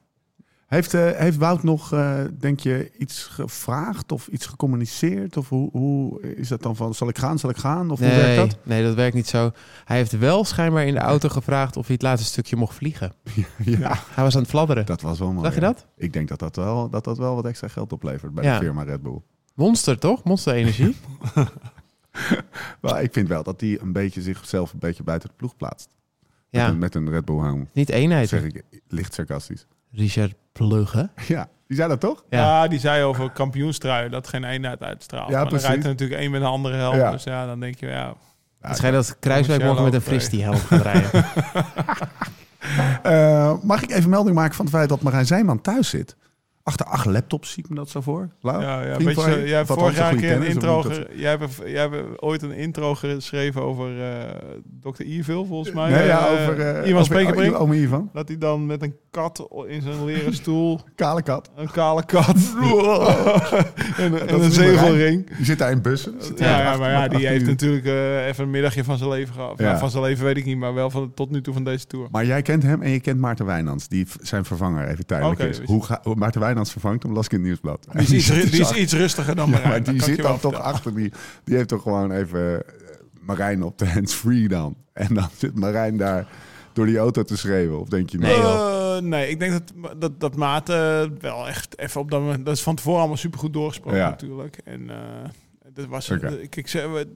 Heeft, eh, heeft Wout nog, eh, denk je, iets gevraagd of iets gecommuniceerd? Of hoe, hoe is dat dan van, zal ik gaan, zal ik gaan? Of hoe werkt Nee, dat? nee, dat werkt niet zo. Hij heeft wel schijnbaar in de auto gevraagd of hij het laatste stukje mocht vliegen. <laughs> Ja, Hij was aan het fladderen. dat was wel mooi. Zag je ja. dat? Ik denk dat dat wel, dat dat wel wat extra geld oplevert bij Ja. de firma Red Bull. Monster, toch? <laughs> Monster Energie. Maar ik vind wel dat die een beetje zichzelf een beetje buiten de ploeg plaatst. Met, ja, een, met een Red Bull helm. niet Dat eenheid. zeg ik eh, licht sarcastisch. Richard Plugge. <laughs> Ja, die zei dat toch? Ja. Ja. die zei over kampioenstruien dat geen eenheid uitstraalt. Ja, maar precies. dan rijdt er natuurlijk één met de andere helm. Ja. Dus ja, dan denk je, ja, Het schijnt dat Kruiswijk Moet je morgen met een lopen, fristie helm gaat <laughs> rijden. Eh, mag ik even melding maken van het feit dat Marijn Zijman thuis zit? Achter acht laptops zie ik me dat zo voor. Lau, ja, ja vriend weet van je, je, jij hebt Oh, wat vorig onze jaar een goede keer een kennis, intro... hoe moet ge- Jij hebt, jij hebt ooit een intro geschreven over eh Dr. Evil, volgens mij. Nee, ja, Eh, over... eh, iemand over- spreken brengt. oh, Ome Ivan. Dat hij dan met een kat in zijn leren stoel, Kale kat. een kale kat, <laughs> <laughs> en, een- en is een niet Marijn. zegelring. Die zit daar in bussen. Zit Ja, daar ja, achter- maar ja, die achter heeft uur. natuurlijk eh, even een middagje van zijn leven gehad. Ja. Nou, van zijn leven weet ik niet, maar wel van, tot nu toe van <laughs> deze tour. Maar jij kent hem en je kent Maarten Wijnands. Die v- zijn vervanger even tijdelijk Oké, is. dus- Hoe ga, hoe- Maarten Wijnands vervangt hem, las ik in het nieuwsblad. <laughs> Die is iets, ru- die is achter- iets rustiger dan Ja, Marijn. <laughs> maar dat die kan ik zit je wel dan toch vertellen. achter die. Die heeft toch gewoon even eh, Marijn op de hands-free dan. En dan zit Marijn daar door die auto te schreeuwen. Of denk je Nee, joh. Eh, nee, ik denk dat, dat, dat Maat eh, wel echt even op dat moment... Dat is van tevoren allemaal supergoed doorgesproken Ja. natuurlijk. En eh dat was... Oké. Ik, ik zei, we-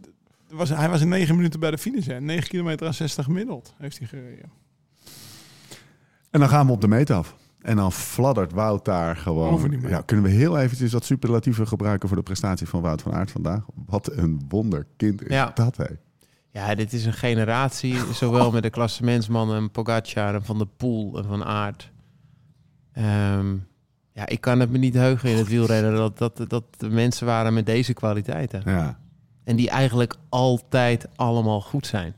dat was, hij was in negen minuten bij de finish. Hè. 9 kilometer aan 60 gemiddeld heeft hij gereden. En dan gaan we op de meet af. En dan fladdert Wout daar Over gewoon. die meet. Ja, kunnen we heel eventjes dat superlatieve gebruiken voor de prestatie van Wout van Aert vandaag? Wat een wonderkind is Ja. dat, hè? Ja, dit is een generatie. Zowel met de klassementsmannen Pogacar en Van der Poel en Van Aert. Ehm, ja, ik kan het me niet heugen in het wielrennen dat, dat, dat er mensen waren met deze kwaliteiten. Ja. En die eigenlijk altijd allemaal goed zijn.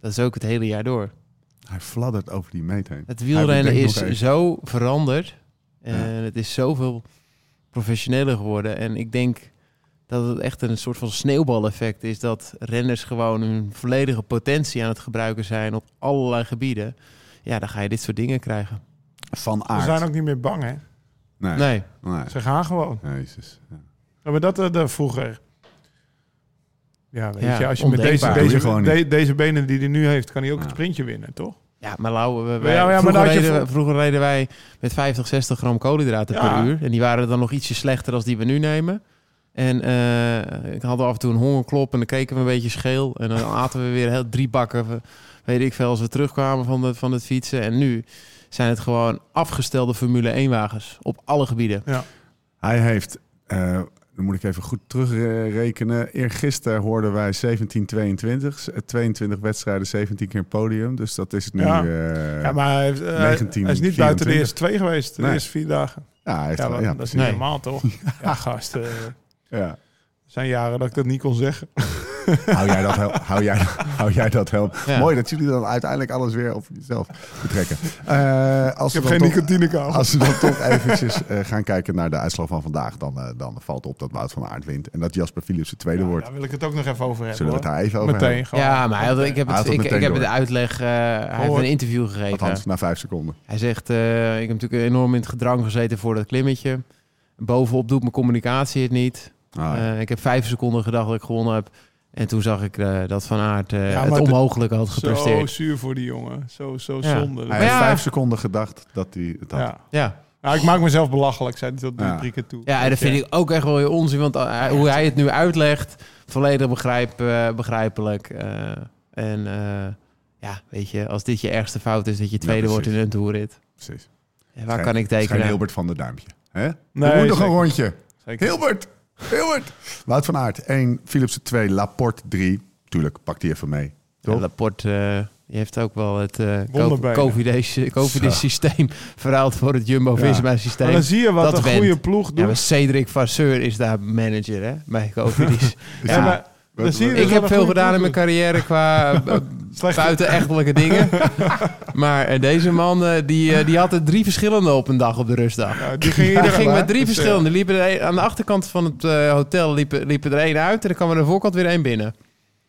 Dat is ook het hele jaar door. Hij fladdert over die meet heen. Het Hij wielrennen bedenkt is nog even. zo veranderd. Ja. En het is zoveel professioneler geworden. En ik denk dat het echt een soort van sneeuwbaleffect is. Dat renners gewoon hun volledige potentie aan het gebruiken zijn op allerlei gebieden. Ja, dan ga je dit soort dingen krijgen. Van Ze Aert. zijn ook niet meer bang, hè. Nee. Nee, nee. Ze gaan gewoon. Jezus. Ja. Ja, maar dat eh, de vroeger... Ja, weet Ja, je, als je met deze, ondenkbaar. Doe je deze, gewoon de- deze benen die hij nu heeft, kan hij ook Ja. het sprintje winnen, toch? ja, maar Lau, we, Ja, ja, maar vroeger, dat je reden, vo- we- vroeger reden wij met 50, 60 gram koolhydraten Ja. per uur. En die waren dan nog ietsje slechter dan die we nu nemen. En eh ik had af en toe een hongerklop en dan keken we een beetje scheel. En dan <laughs> aten we weer heel, drie bakken, we- weet ik veel, als we terugkwamen van, de, van het fietsen. En nu zijn het gewoon afgestelde Formule 1-wagens op alle gebieden. Hij heeft, eh, dan moet ik even goed terugrekenen. Eergisteren hoorden wij 17, 22. 22 wedstrijden, 17 keer podium. Dus dat is nu. Ja. eh, Ja, maar hij, heeft, eh, 19, hij is niet buiten de 24. eerste twee geweest, de Nee. eerste vier dagen. ja, hij heeft Ja, wel- maar ja, dat is precies. niet Nee. normaal, toch? <laughs> Ja, gast. eh, Er Ja. zijn jaren dat ik dat niet kon zeggen. Hou jij dat, hel- <laughs> hou jij, hou jij dat helm? Ja. Mooi dat jullie dan uiteindelijk alles weer op jezelf betrekken. Eh, als Ik we heb geen dan toch- nicotinekamer. Als we dan toch eventjes eh, gaan kijken naar de uitslag van vandaag, dan, eh, dan valt op dat Wout van Aert wint. En dat Jasper Philips de tweede wordt. Daar wil ik het ook nog even over hebben. Zullen we het hoor. daar even over Meteen hebben? gewoon. ja, maar hij had- ik heb, Hij had het, het ik, meteen ik heb door. de uitleg, eh, hij heeft Gehoord. een interview gegeven. Althans, na vijf seconden. Hij zegt, eh, ik heb natuurlijk enorm in het gedrang gezeten voor dat klimmetje. Bovenop doet mijn communicatie het niet. Ah, Eh, ik heb vijf seconden gedacht dat ik gewonnen heb. En toen zag ik eh, dat Van Aert eh, maar het de- onmogelijke had Zo gepresteerd. zuur voor die jongen. Zo, zo Ja. zonde. Hij Maar heeft ja. vijf seconden gedacht dat hij het had. ja. Ja. Ja, ik maak mezelf belachelijk, zei hij tot drie, Ja. drie keer toe. ja, en dat vind ik ook echt wel heel onzin. Want eh, hoe hij het nu uitlegt, volledig begrijp, eh, begrijpelijk. Eh, en eh, ja, weet je, als dit je ergste fout is, dat je tweede wordt in precies. een toerrit. Precies. Ja, waar kan ik Geen tekenen? Hilbert van der Duimpje. Hè? Nee, er moet nog zeker. een rondje. Zeker. Hilbert! Hilbert! Wout van Aert 1, Philipsen 2, Laporte 3. Tuurlijk, pakt hij even mee. Ja, Toch? Laporte eh, die heeft ook wel het eh, co- Wonderbenen. COVID- COVID-systeem <laughs> verhaald voor het Jumbo-Visma-systeem. Maar dan zie je wat Dat een went. goede ploeg Ja, maar doet. Cedric Vasseur is daar manager hè, bij <laughs> COVID. Ja, maar dan zie je dus ik wat heb een veel goede gedaan in ploeg mijn carrière <laughs> qua eh, b- Slechte- buitenechtelijke <laughs> dingen. maar eh, deze man eh, die, eh, die had er drie verschillende op een dag op de rustdag. doet. Ja, die ging, Die iedereen ging waar. met drie Dus, eh, verschillende. Liepen er een- aan de achterkant van het eh, hotel liepen, liepen er één uit en er kwam er aan de voorkant weer één binnen.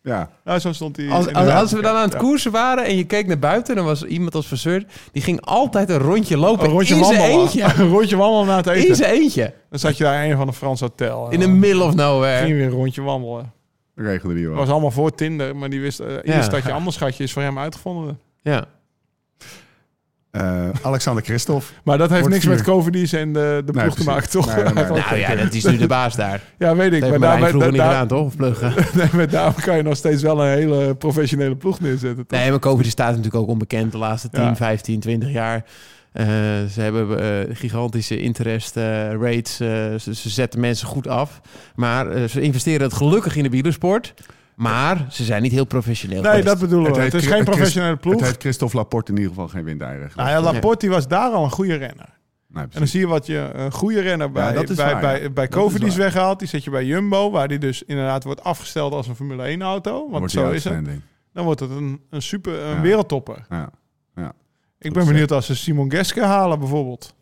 Ja. Nou, zo stond hij. Als, als, inderdaad. als we dan aan het koersen waren en je keek naar buiten, dan was er iemand als verzeur. Die ging altijd een rondje lopen. Een rondje in zijn wandelen. eentje. <laughs> Een rondje wandelen na het In eten. zijn eentje. Dan zat je daar in een van een Frans hotel. In de the middle Oh. of Ging je nowhere. weer een rondje wandelen. Regelde die Dat wel. was allemaal voor Tinder, maar die wist... eh Ja. eerst dat je anders schatje is voor hem uitgevonden. Ja. Eh, Alexander Christophe. Maar dat heeft Wordt niks vier. met COVID's en de, de Nee, ploeg te precies. maken, toch? Nee, nee, nee. Nou ja, dat is nu de baas daar. <laughs> Ja, weet ik. Dat Maar heeft Marijn daarmee, vroeger niet daar- gedaan, toch? Of pluggen. <laughs> nee, maar daarom kan je nog steeds wel een hele professionele ploeg neerzetten. Toch? Nee, maar COVID staat natuurlijk ook onbekend de laatste 10, Ja. 15, 20 jaar. Eh, ze hebben eh, gigantische interest eh, rates. Eh, ze, ze zetten mensen goed af. Maar eh, ze investeren het gelukkig in de wielersport. Maar ze zijn niet heel professioneel. Nee, geweest. dat bedoelen we. Het, is Chris- geen Chris- professionele ploeg. Het heeft Christophe Laporte in ieder geval geen windeieren. Nou ja, Laporte die was daar al een goede renner. Nee, En dan precies. zie je wat je een goede renner bij, dat is bij, waar, ja. bij, bij Dat is COVID is waar. weggehaald. Die zet je bij Jumbo, waar die dus inderdaad wordt afgesteld als een Formule 1 auto. Want Wordt zo die is het. outstanding. Dan wordt het een, een super een Ja. wereldtopper. Ja. Ik ben Goed benieuwd als ze Simon Geske halen bijvoorbeeld.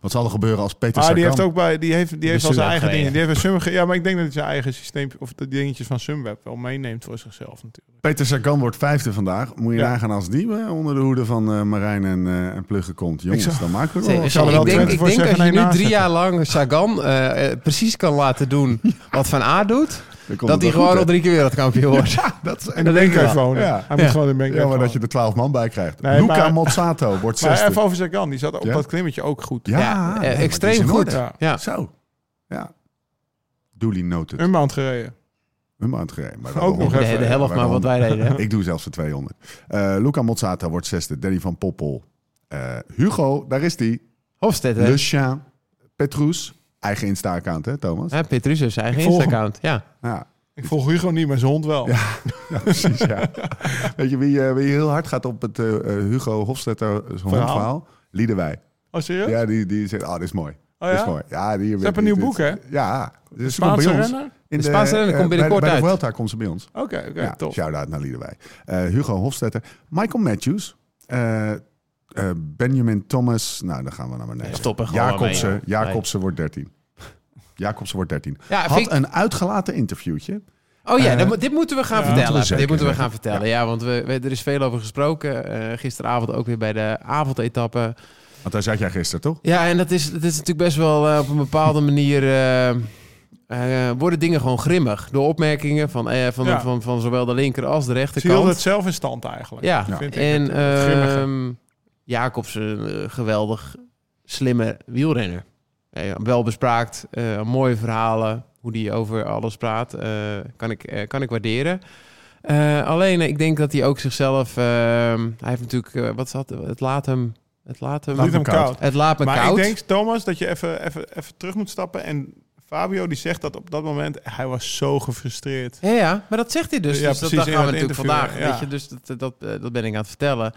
Wat zal er gebeuren als Peter Maar Ah, die Sagan... heeft ook bij die heeft, die heeft al zijn Sunweb eigen dingen. gereden. Die heeft bij Sunweb ge- ja, maar ik denk dat hij zijn eigen systeem of de dingetjes van Sunweb wel meeneemt voor zichzelf natuurlijk. Peter Sagan wordt vijfde vandaag. Moet je Ja. nagaan als die eh, onder de hoede van eh, Marijn en, eh, en Pluggen komt. Jongens, zou- dan maken we Nee, wel. Ik zou er wel ik denk, Twente ik voor denk zeggen, als je nee, nu nazetten. drie jaar lang Sagan eh, eh, precies kan laten doen wat Van Aert doet, Dan komt dat het hij wel gewoon goed, al hè? drie keer <laughs> wereldkampioen wordt. Ja, dat is, En de bank-iPhone. Ja. Hij moet Ja. gewoon de bank Ja, maar dat je er twaalf man bij krijgt. Nee, Luca maar- Mozzato wordt Maar zesde. even over Sagan, die zat op Ja? dat klimmetje ook goed. ja, Ja, eh, nee, maar die extreem is in goed. orde. Ja. Ja. Zo. Ja. Doelie noted. Een maand gereden. Een maand gereden. Maar Ook nog De, even. de helft maar wat wij deden. hè. <laughs> Ik doe zelfs de 200. Eh Luca Mozzato wordt zesde. Danny van Poppel. Eh, Hugo, daar is die. Hofstede. Le Chien. Petrus. Eigen Insta-account, hè, Thomas? Ja, Petrus heeft zijn eigen Ik volg hem. Insta-account. Ja. Ja. Ik volg Hugo niet, maar zijn hond wel. Ja, precies, ja. Weet je wie, eh, wie heel hard gaat op het eh, eh, Hugo Hofstetter eh, Verhaal? verhaal? Liederwij. Oh, serieus? Ja, die, die zegt, oh, dit is mooi. Oh Dit ja? is mooi. Ja, die, hebben een nieuw boek, hè? Ja. Dus ze komt Spaanse bij ons. renner? In De Spaanse renner eh, komt bij de- binnenkort bij uit. de Vuelta komt ze bij ons. Oké, oké, Ja, top. shout-out naar Liederwij. Eh, Hugo Hofstetter. Michael Matthews. eh, eh, Benjamin Thomas. Nou, dan gaan we naar beneden. Nee, stop er gewoon Jacobsen, mee, joh. Jacobsen wordt 13. Jacobsen wordt 13. Ja, Had vind ik- een uitgelaten interviewtje. Oh ja, Eh, dan moet- dit moeten we gaan ja, vertellen. moeten we zeker dit moeten we gaan zeggen. vertellen. Ja, want we, we- er is veel over gesproken. Eh, gisteravond ook weer bij de avondetappe. Want daar zat jij gisteren, toch? Ja, en dat is, dat is natuurlijk best wel eh, op een bepaalde manier. eh, eh, worden dingen gewoon grimmig. Door opmerkingen van, eh, van, Ja. van, van, zowel de linker als de Ze hielden het rechterkant. zelf in stand eigenlijk. Ja, Ja. vind ik. en Het grimmige. ehm Jacobsen, eh, geweldig slimme wielrenner. Eh, wel bespraakt, eh, mooie verhalen, hoe die over alles praat, eh, kan, ik, eh, kan ik waarderen. Eh, alleen, eh, ik denk dat hij ook zichzelf... ehm, hij heeft natuurlijk... eh, wat zat het? laat hem... Het laat hem... Liet hem koud. Het laat me Maar koud. ik denk, Thomas, dat je even, even, even terug moet stappen. En Fabio die zegt dat op dat moment, hij was zo gefrustreerd. Ja, ja, maar dat zegt hij dus. Ja, dus dat, precies, dat in gaan we dat natuurlijk interview, vandaag. ja. Weet je, dus dat, dat, eh, dat ben ik aan het vertellen.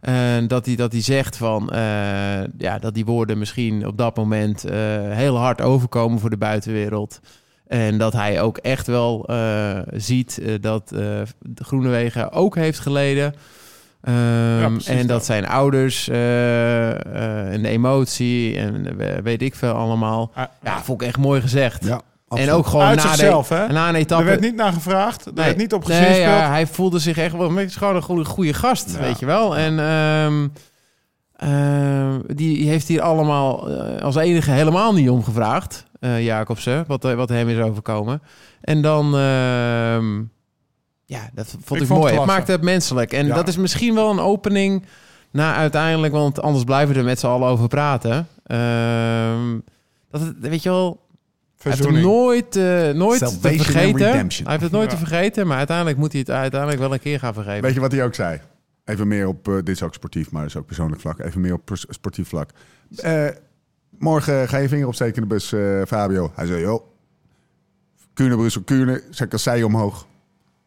Eh, dat, hij, dat hij zegt van, eh, ja, dat die woorden misschien op dat moment eh, heel hard overkomen voor de buitenwereld. En dat hij ook echt wel eh, ziet eh, dat eh, de Groenewegen ook heeft geleden. Ehm, Ja, precies en dat, dat. zijn ouders eh, eh, en de emotie en we- weet ik veel allemaal. Ah, Ja, vond ik echt mooi gezegd. Ja, en ook gewoon Uit na, zichzelf, de, hè? na een etappe. Er werd niet naar gevraagd, er werd niet op Nee, gezinspeeld. ja, hij voelde zich echt wel... Het is gewoon een goede, goede gast, weet je wel. En ehm, ehm, die heeft hier allemaal eh, als enige helemaal niet om gevraagd. eh, Jacobsen, wat, eh, wat hem is overkomen. En dan... ehm, ja, dat vond Ik ik, vond mooi. het Het klasse. maakte het menselijk. En Ja. dat is misschien wel een opening na uiteindelijk, want anders blijven we er met z'n allen over praten. Ehm, dat het, weet je wel, hij heeft het Verzoening. nooit, eh, nooit te Salvation and vergeten. Hij redemption. heeft het nooit Ja. te vergeten, maar uiteindelijk moet hij het uiteindelijk wel een keer gaan vergeven. Weet je wat hij ook zei? Even meer op, eh, dit is ook sportief, maar dat is ook persoonlijk vlak. Even meer op pers- sportief vlak. Eh, morgen ga je vinger opsteken in de bus, eh, Fabio. Hij zei, joh, Kuurne, Brussel, Kuurne, zijn kassei omhoog.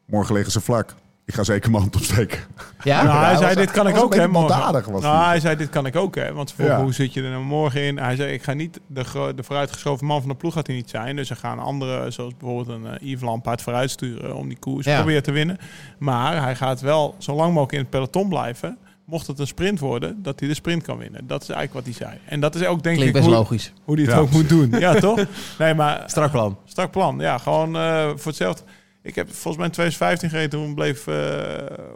Morgen liggen ze vlak. Ik ga zeker mijn hand opsteken. ja? Nou, hij Hij zei, was- dit kan hij ik was ook, een hè, beetje morgen. baldadig was nou, hij. hij zei, dit kan ik ook, hè. Want ze vroegen, Ja. hoe zit je er nou morgen in? Hij zei, ik ga niet, de, gro- de vooruitgeschoven man van de ploeg gaat hij niet zijn. Dus ze gaan anderen, zoals bijvoorbeeld een eh, Yves Lampaard, vooruitsturen om die koers Ja. proberen te winnen. Maar hij gaat wel zo lang mogelijk in het peloton blijven. Mocht het een sprint worden, dat hij de sprint kan winnen. Dat is eigenlijk wat hij zei. En dat is ook denk Klinkt ik best hoe, logisch. hoe hij het Ja, ook moet doen. Ja, toch? Nee, maar Strak plan. Strak plan, ja. Gewoon eh, voor hetzelfde. Ik heb volgens mij in 2015 gereden. Toen bleef, eh,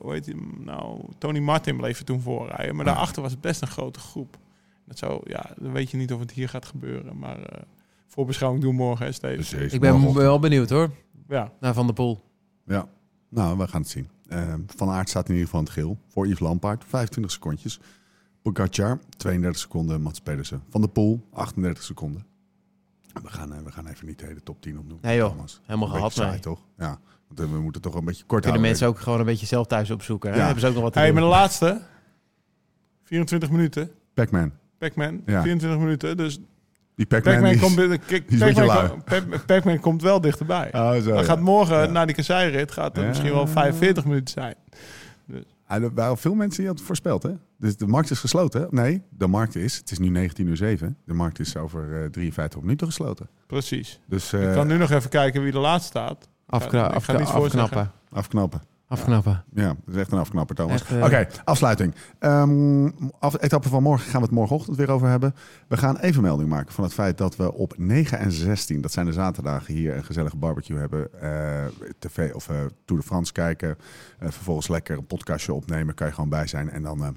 hoe heet die nou, Tony Martin bleef er toen voorrijden. Maar daarachter was het best een grote groep. Dat zou, ja, dan weet je niet of het hier gaat gebeuren. Maar eh voorbeschouwing doen morgen, hè, Steven. Dus deze Ik ben morgen. wel benieuwd hoor, Ja, naar Van der Poel. Ja, nou, we gaan het zien. Eh, Van Aert staat in ieder geval in het geel. Voor Yves Lampaard, 25 secondjes. Pogacar, 32 seconden. Mats Pedersen. Van der Poel, 38 seconden. We gaan, eh, we gaan even niet de hele top 10 opnoemen. Nee, joh. Thomas. Helemaal Een beetje gehad, saai, nee. toch? Ja, want eh, we moeten toch een beetje kort Kunnen houden. mensen ook gewoon een beetje zelf thuis opzoeken. Hè? Ja. Hebben ze ook nog wat te hey, maar doen. de laatste. 24 minuten. Pac-Man. Pac-Man, Ja. 24 minuten. Dus Die Pac-Man, Pac-Man die- komt, binnen- K- is een beetje Pac-Man lui. komt- Pac- Pac-Man komt wel dichterbij. Oh, zo, Dan ja. gaat morgen, Ja. na die kasseirit, gaat het Ja. misschien wel 45 minuten zijn. Ah, Er waren veel mensen die hadden voorspeld, hè? Dus de markt is gesloten, hè? Nee, de markt is... Het is nu 19 uur 7. De markt is over eh, 53 minuten gesloten. Precies. Dus Ik eh, kan nu nog even kijken wie de laatste staat. Afkra- Ja, ik ga afkra- niets voorzeggen. afknappen. afknappen. Afknappen. Ja, dat is echt een afknapper, Thomas. Echt, eh, Oké, afsluiting. Ehm af, etappe van morgen gaan we het morgenochtend weer over hebben. We gaan even melding maken van het feit dat we op 9 en 16, dat zijn de zaterdagen, hier een gezellige barbecue hebben. Eh, TV of eh, Tour de France kijken. Eh, vervolgens lekker een podcastje opnemen. Kan je gewoon bij zijn. En dan eh,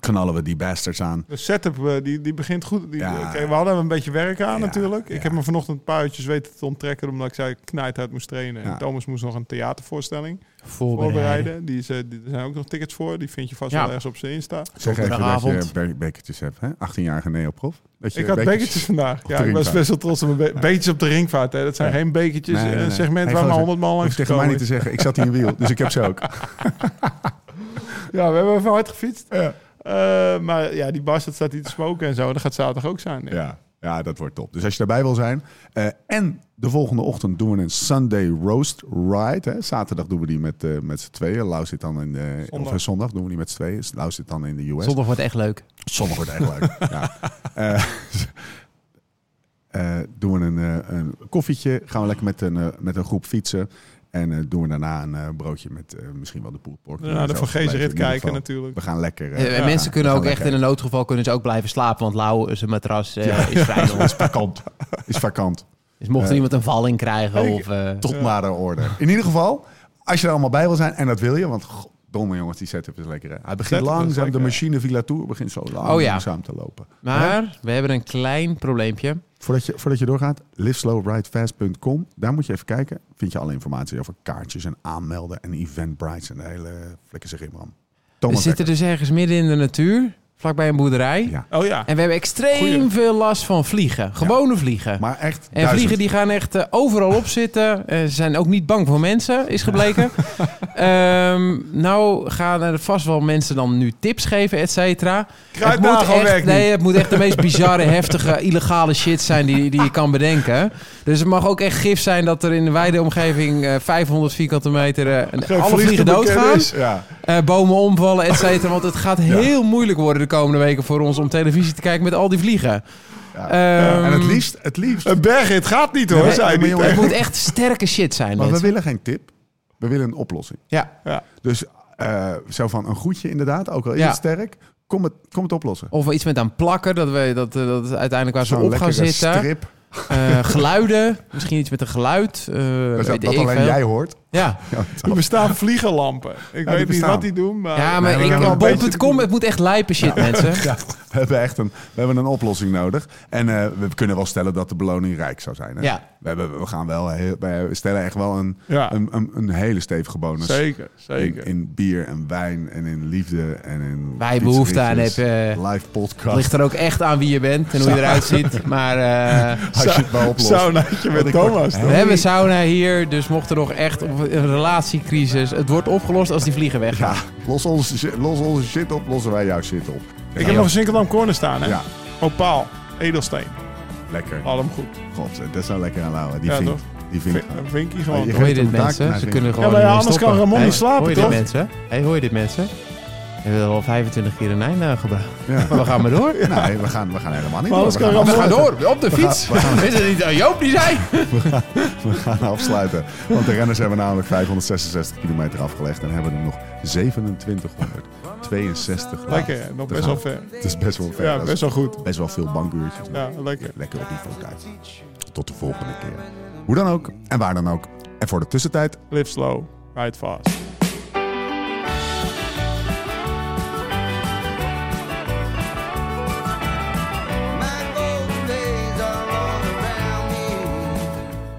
knallen we die bastards aan. De setup eh, die, die begint goed. Die, Ja. oké, we hadden een beetje werk aan Ja, natuurlijk. Ik ja. heb me vanochtend een paar uurtjes weten te onttrekken... omdat ik zei knijt uit moest trainen. Ja. En Thomas moest nog een theatervoorstelling Voorbereiden. voorbereiden. Die is, eh, die, er zijn ook nog tickets voor. Die vind je vast Ja. wel ergens op zijn Insta. Zeg even dat Donderdagavond. je be- bekertjes hebt, hè? 18-jarige neoprof. Dat je ik had bekertjes- bekertjes vandaag. op Ja, de ik was ringvaart. best wel trots op mijn be- bekertjes op de ringvaart. Hè. Dat zijn Ja. geen bekertjes. Nee, nee, Een nee. eh, segment Hey, waar maar gozer, 100 man Hoef langs je tegen mij niet gekomen te is. zeggen. Ik zat hier in wiel, dus ik heb ze ook. Ja, we hebben even hard gefietst. Eh, maar ja, die Bas, dat staat hier te smoken en zo. Dat gaat zaterdag ook zijn. denk ik. Ja, ja, dat wordt top. Dus als je daarbij wil zijn. eh, en de volgende ochtend doen we een Sunday Roast Ride. Hè. Zaterdag doen we die met, eh, met z'n tweeën. Lau zit dan in de... Zondag. Of eh, zondag doen we die met z'n tweeën. Lau zit dan in de US. Zondag wordt echt leuk. Zondag wordt echt leuk. <laughs> Ja. Eh, eh, doen we een, eh, een koffietje. Gaan we lekker met een, eh, met een groep fietsen. En eh, doen we daarna een eh, broodje met eh, misschien wel de poelpork. Nou, de Van Gezenrit kijken natuurlijk. We gaan lekker... eh, Eh, en ja, mensen we kunnen gaan ook echt lekker. in een noodgeval kunnen ze ook blijven slapen, want Lau zijn matras eh, is <laughs> vrij nog. Is vakant. Is vakant. Dus mocht er Eh, iemand een valling krijgen ik- of... eh, Tot maar de orde. In ieder geval, als je er allemaal bij wil zijn, en dat wil je, want domme jongens, die setup is lekker. Hè? Hij begint Setup is langzaam, lekker, de ja. machine Villa Tour begint zo lang- Oh ja. langzaam te lopen. maar we hebben een klein probleempje. Voordat je, voordat je doorgaat, liveslowridefast.com. Daar moet je even kijken. Vind je alle informatie over kaartjes en aanmelden en eventbrites en de hele flikker zich in, man. We Thomas zitten dus ergens midden in de natuur, vlakbij een boerderij. Ja. Oh ja. En we hebben extreem Goeie. veel last van vliegen. Gewone vliegen. Dekker. Maar echt en vliegen die gaan echt eh, overal op zitten. Eh, ze zijn ook niet bang voor mensen, is gebleken. Ehm, nou gaan er vast wel mensen dan nu tips geven, et cetera. Kruid Het moet nou gewoon echt- werkt Nee, niet. het moet echt de meest bizarre, heftige, illegale shit zijn die, die je kan bedenken. Dus het mag ook echt gif zijn dat er in de wijde omgeving eh, 500 vierkante meter eh, Geen alle vlieg te vliegen doodgaan. bekennen Ja. eh, bomen omvallen, et <laughs> cetera. Want het gaat heel moeilijk worden de komende weken voor ons om televisie te kijken met al die vliegen. Ja. Ehm, en het liefst, het liefst. Een berg, het gaat niet hoor, Nee, zei maar hij. jongen, het moet echt sterke shit zijn. Maar we mensen. willen geen tip. We willen een oplossing. Ja. Dus eh, zo van een goedje inderdaad, ook al is Ja. het sterk, kom het, kom het oplossen. Of iets met aan plakken, dat, we, dat, eh, dat uiteindelijk waar ze Zo'n op gaan lekkere zitten. strip, Eh, geluiden, misschien iets met een geluid. eh, dat, weet dat ik alleen veel. jij hoort. <laughs> Ja. Er bestaan vliegenlampen. Ik weet niet bestaan. wat die doen, maar... Ja, maar Nee, ik maar ik, een bol.com, beetje- het moet echt lijpe shit, mensen. Ja. We hebben echt een, we hebben een oplossing nodig. En eh, we kunnen wel stellen dat de beloning rijk zou zijn. Hè? Ja. We, hebben, we gaan wel heel, we stellen echt wel een, Ja. een, een, een hele stevige bonus. Zeker, zeker. In, in bier en wijn en in liefde en in... Waar je behoefte aan pizzerietjes, hebt, eh, Live Het podcast. ligt er ook echt aan wie je bent en hoe je eruit ziet. Maar eh, Als je het maar oplost. Saunaatje met Thomas. we hebben sauna hier, dus mocht er nog echt op- een relatiecrisis... Het wordt opgelost als die vliegen weggaan. Ja, los onze, shit- los onze shit op, lossen wij jouw shit op. Ik heb nog een Sinkeldam Corner staan, hè? Ja. Opaal, edelsteen, Lekker. allem goed. God, dat is nou lekker aan Lauwe. Die Oh. Ja, vindt. toch? Die vindt. Vin- Vinkie gewoon. Je toch? Hoor je geeft hem een dit, taak, mensen? maar Ze ik- kunnen Ja, gewoon maar ja, hiermee anders stoppen. kan Ramon Hey, niet slapen, hoor je toch? Dit, mensen? Hey, hoor je dit, mensen? We hebben al 25 keer een eind eh, gebruikt. <laughs> Ja. Maar we gaan maar door. Nee, we gaan, we gaan helemaal niet Maar door. anders We kan gaan, Ramon- af- We gaan door, op de gaan- fiets. Is het niet aan Joop die zei? we gaan afsluiten. Want de renners hebben namelijk 566 kilometer afgelegd en hebben er nog 2762 laten Lekker, hè? nog te best gaan. wel ver. Het is best wel ver. Ja, Dat is best wel goed. best wel veel bankuurtjes. Ja, lekker. Lekker op die voortijd. Tot de volgende keer. Hoe dan ook en waar dan ook. En voor de tussentijd Live slow, ride fast. My golden days are all around me.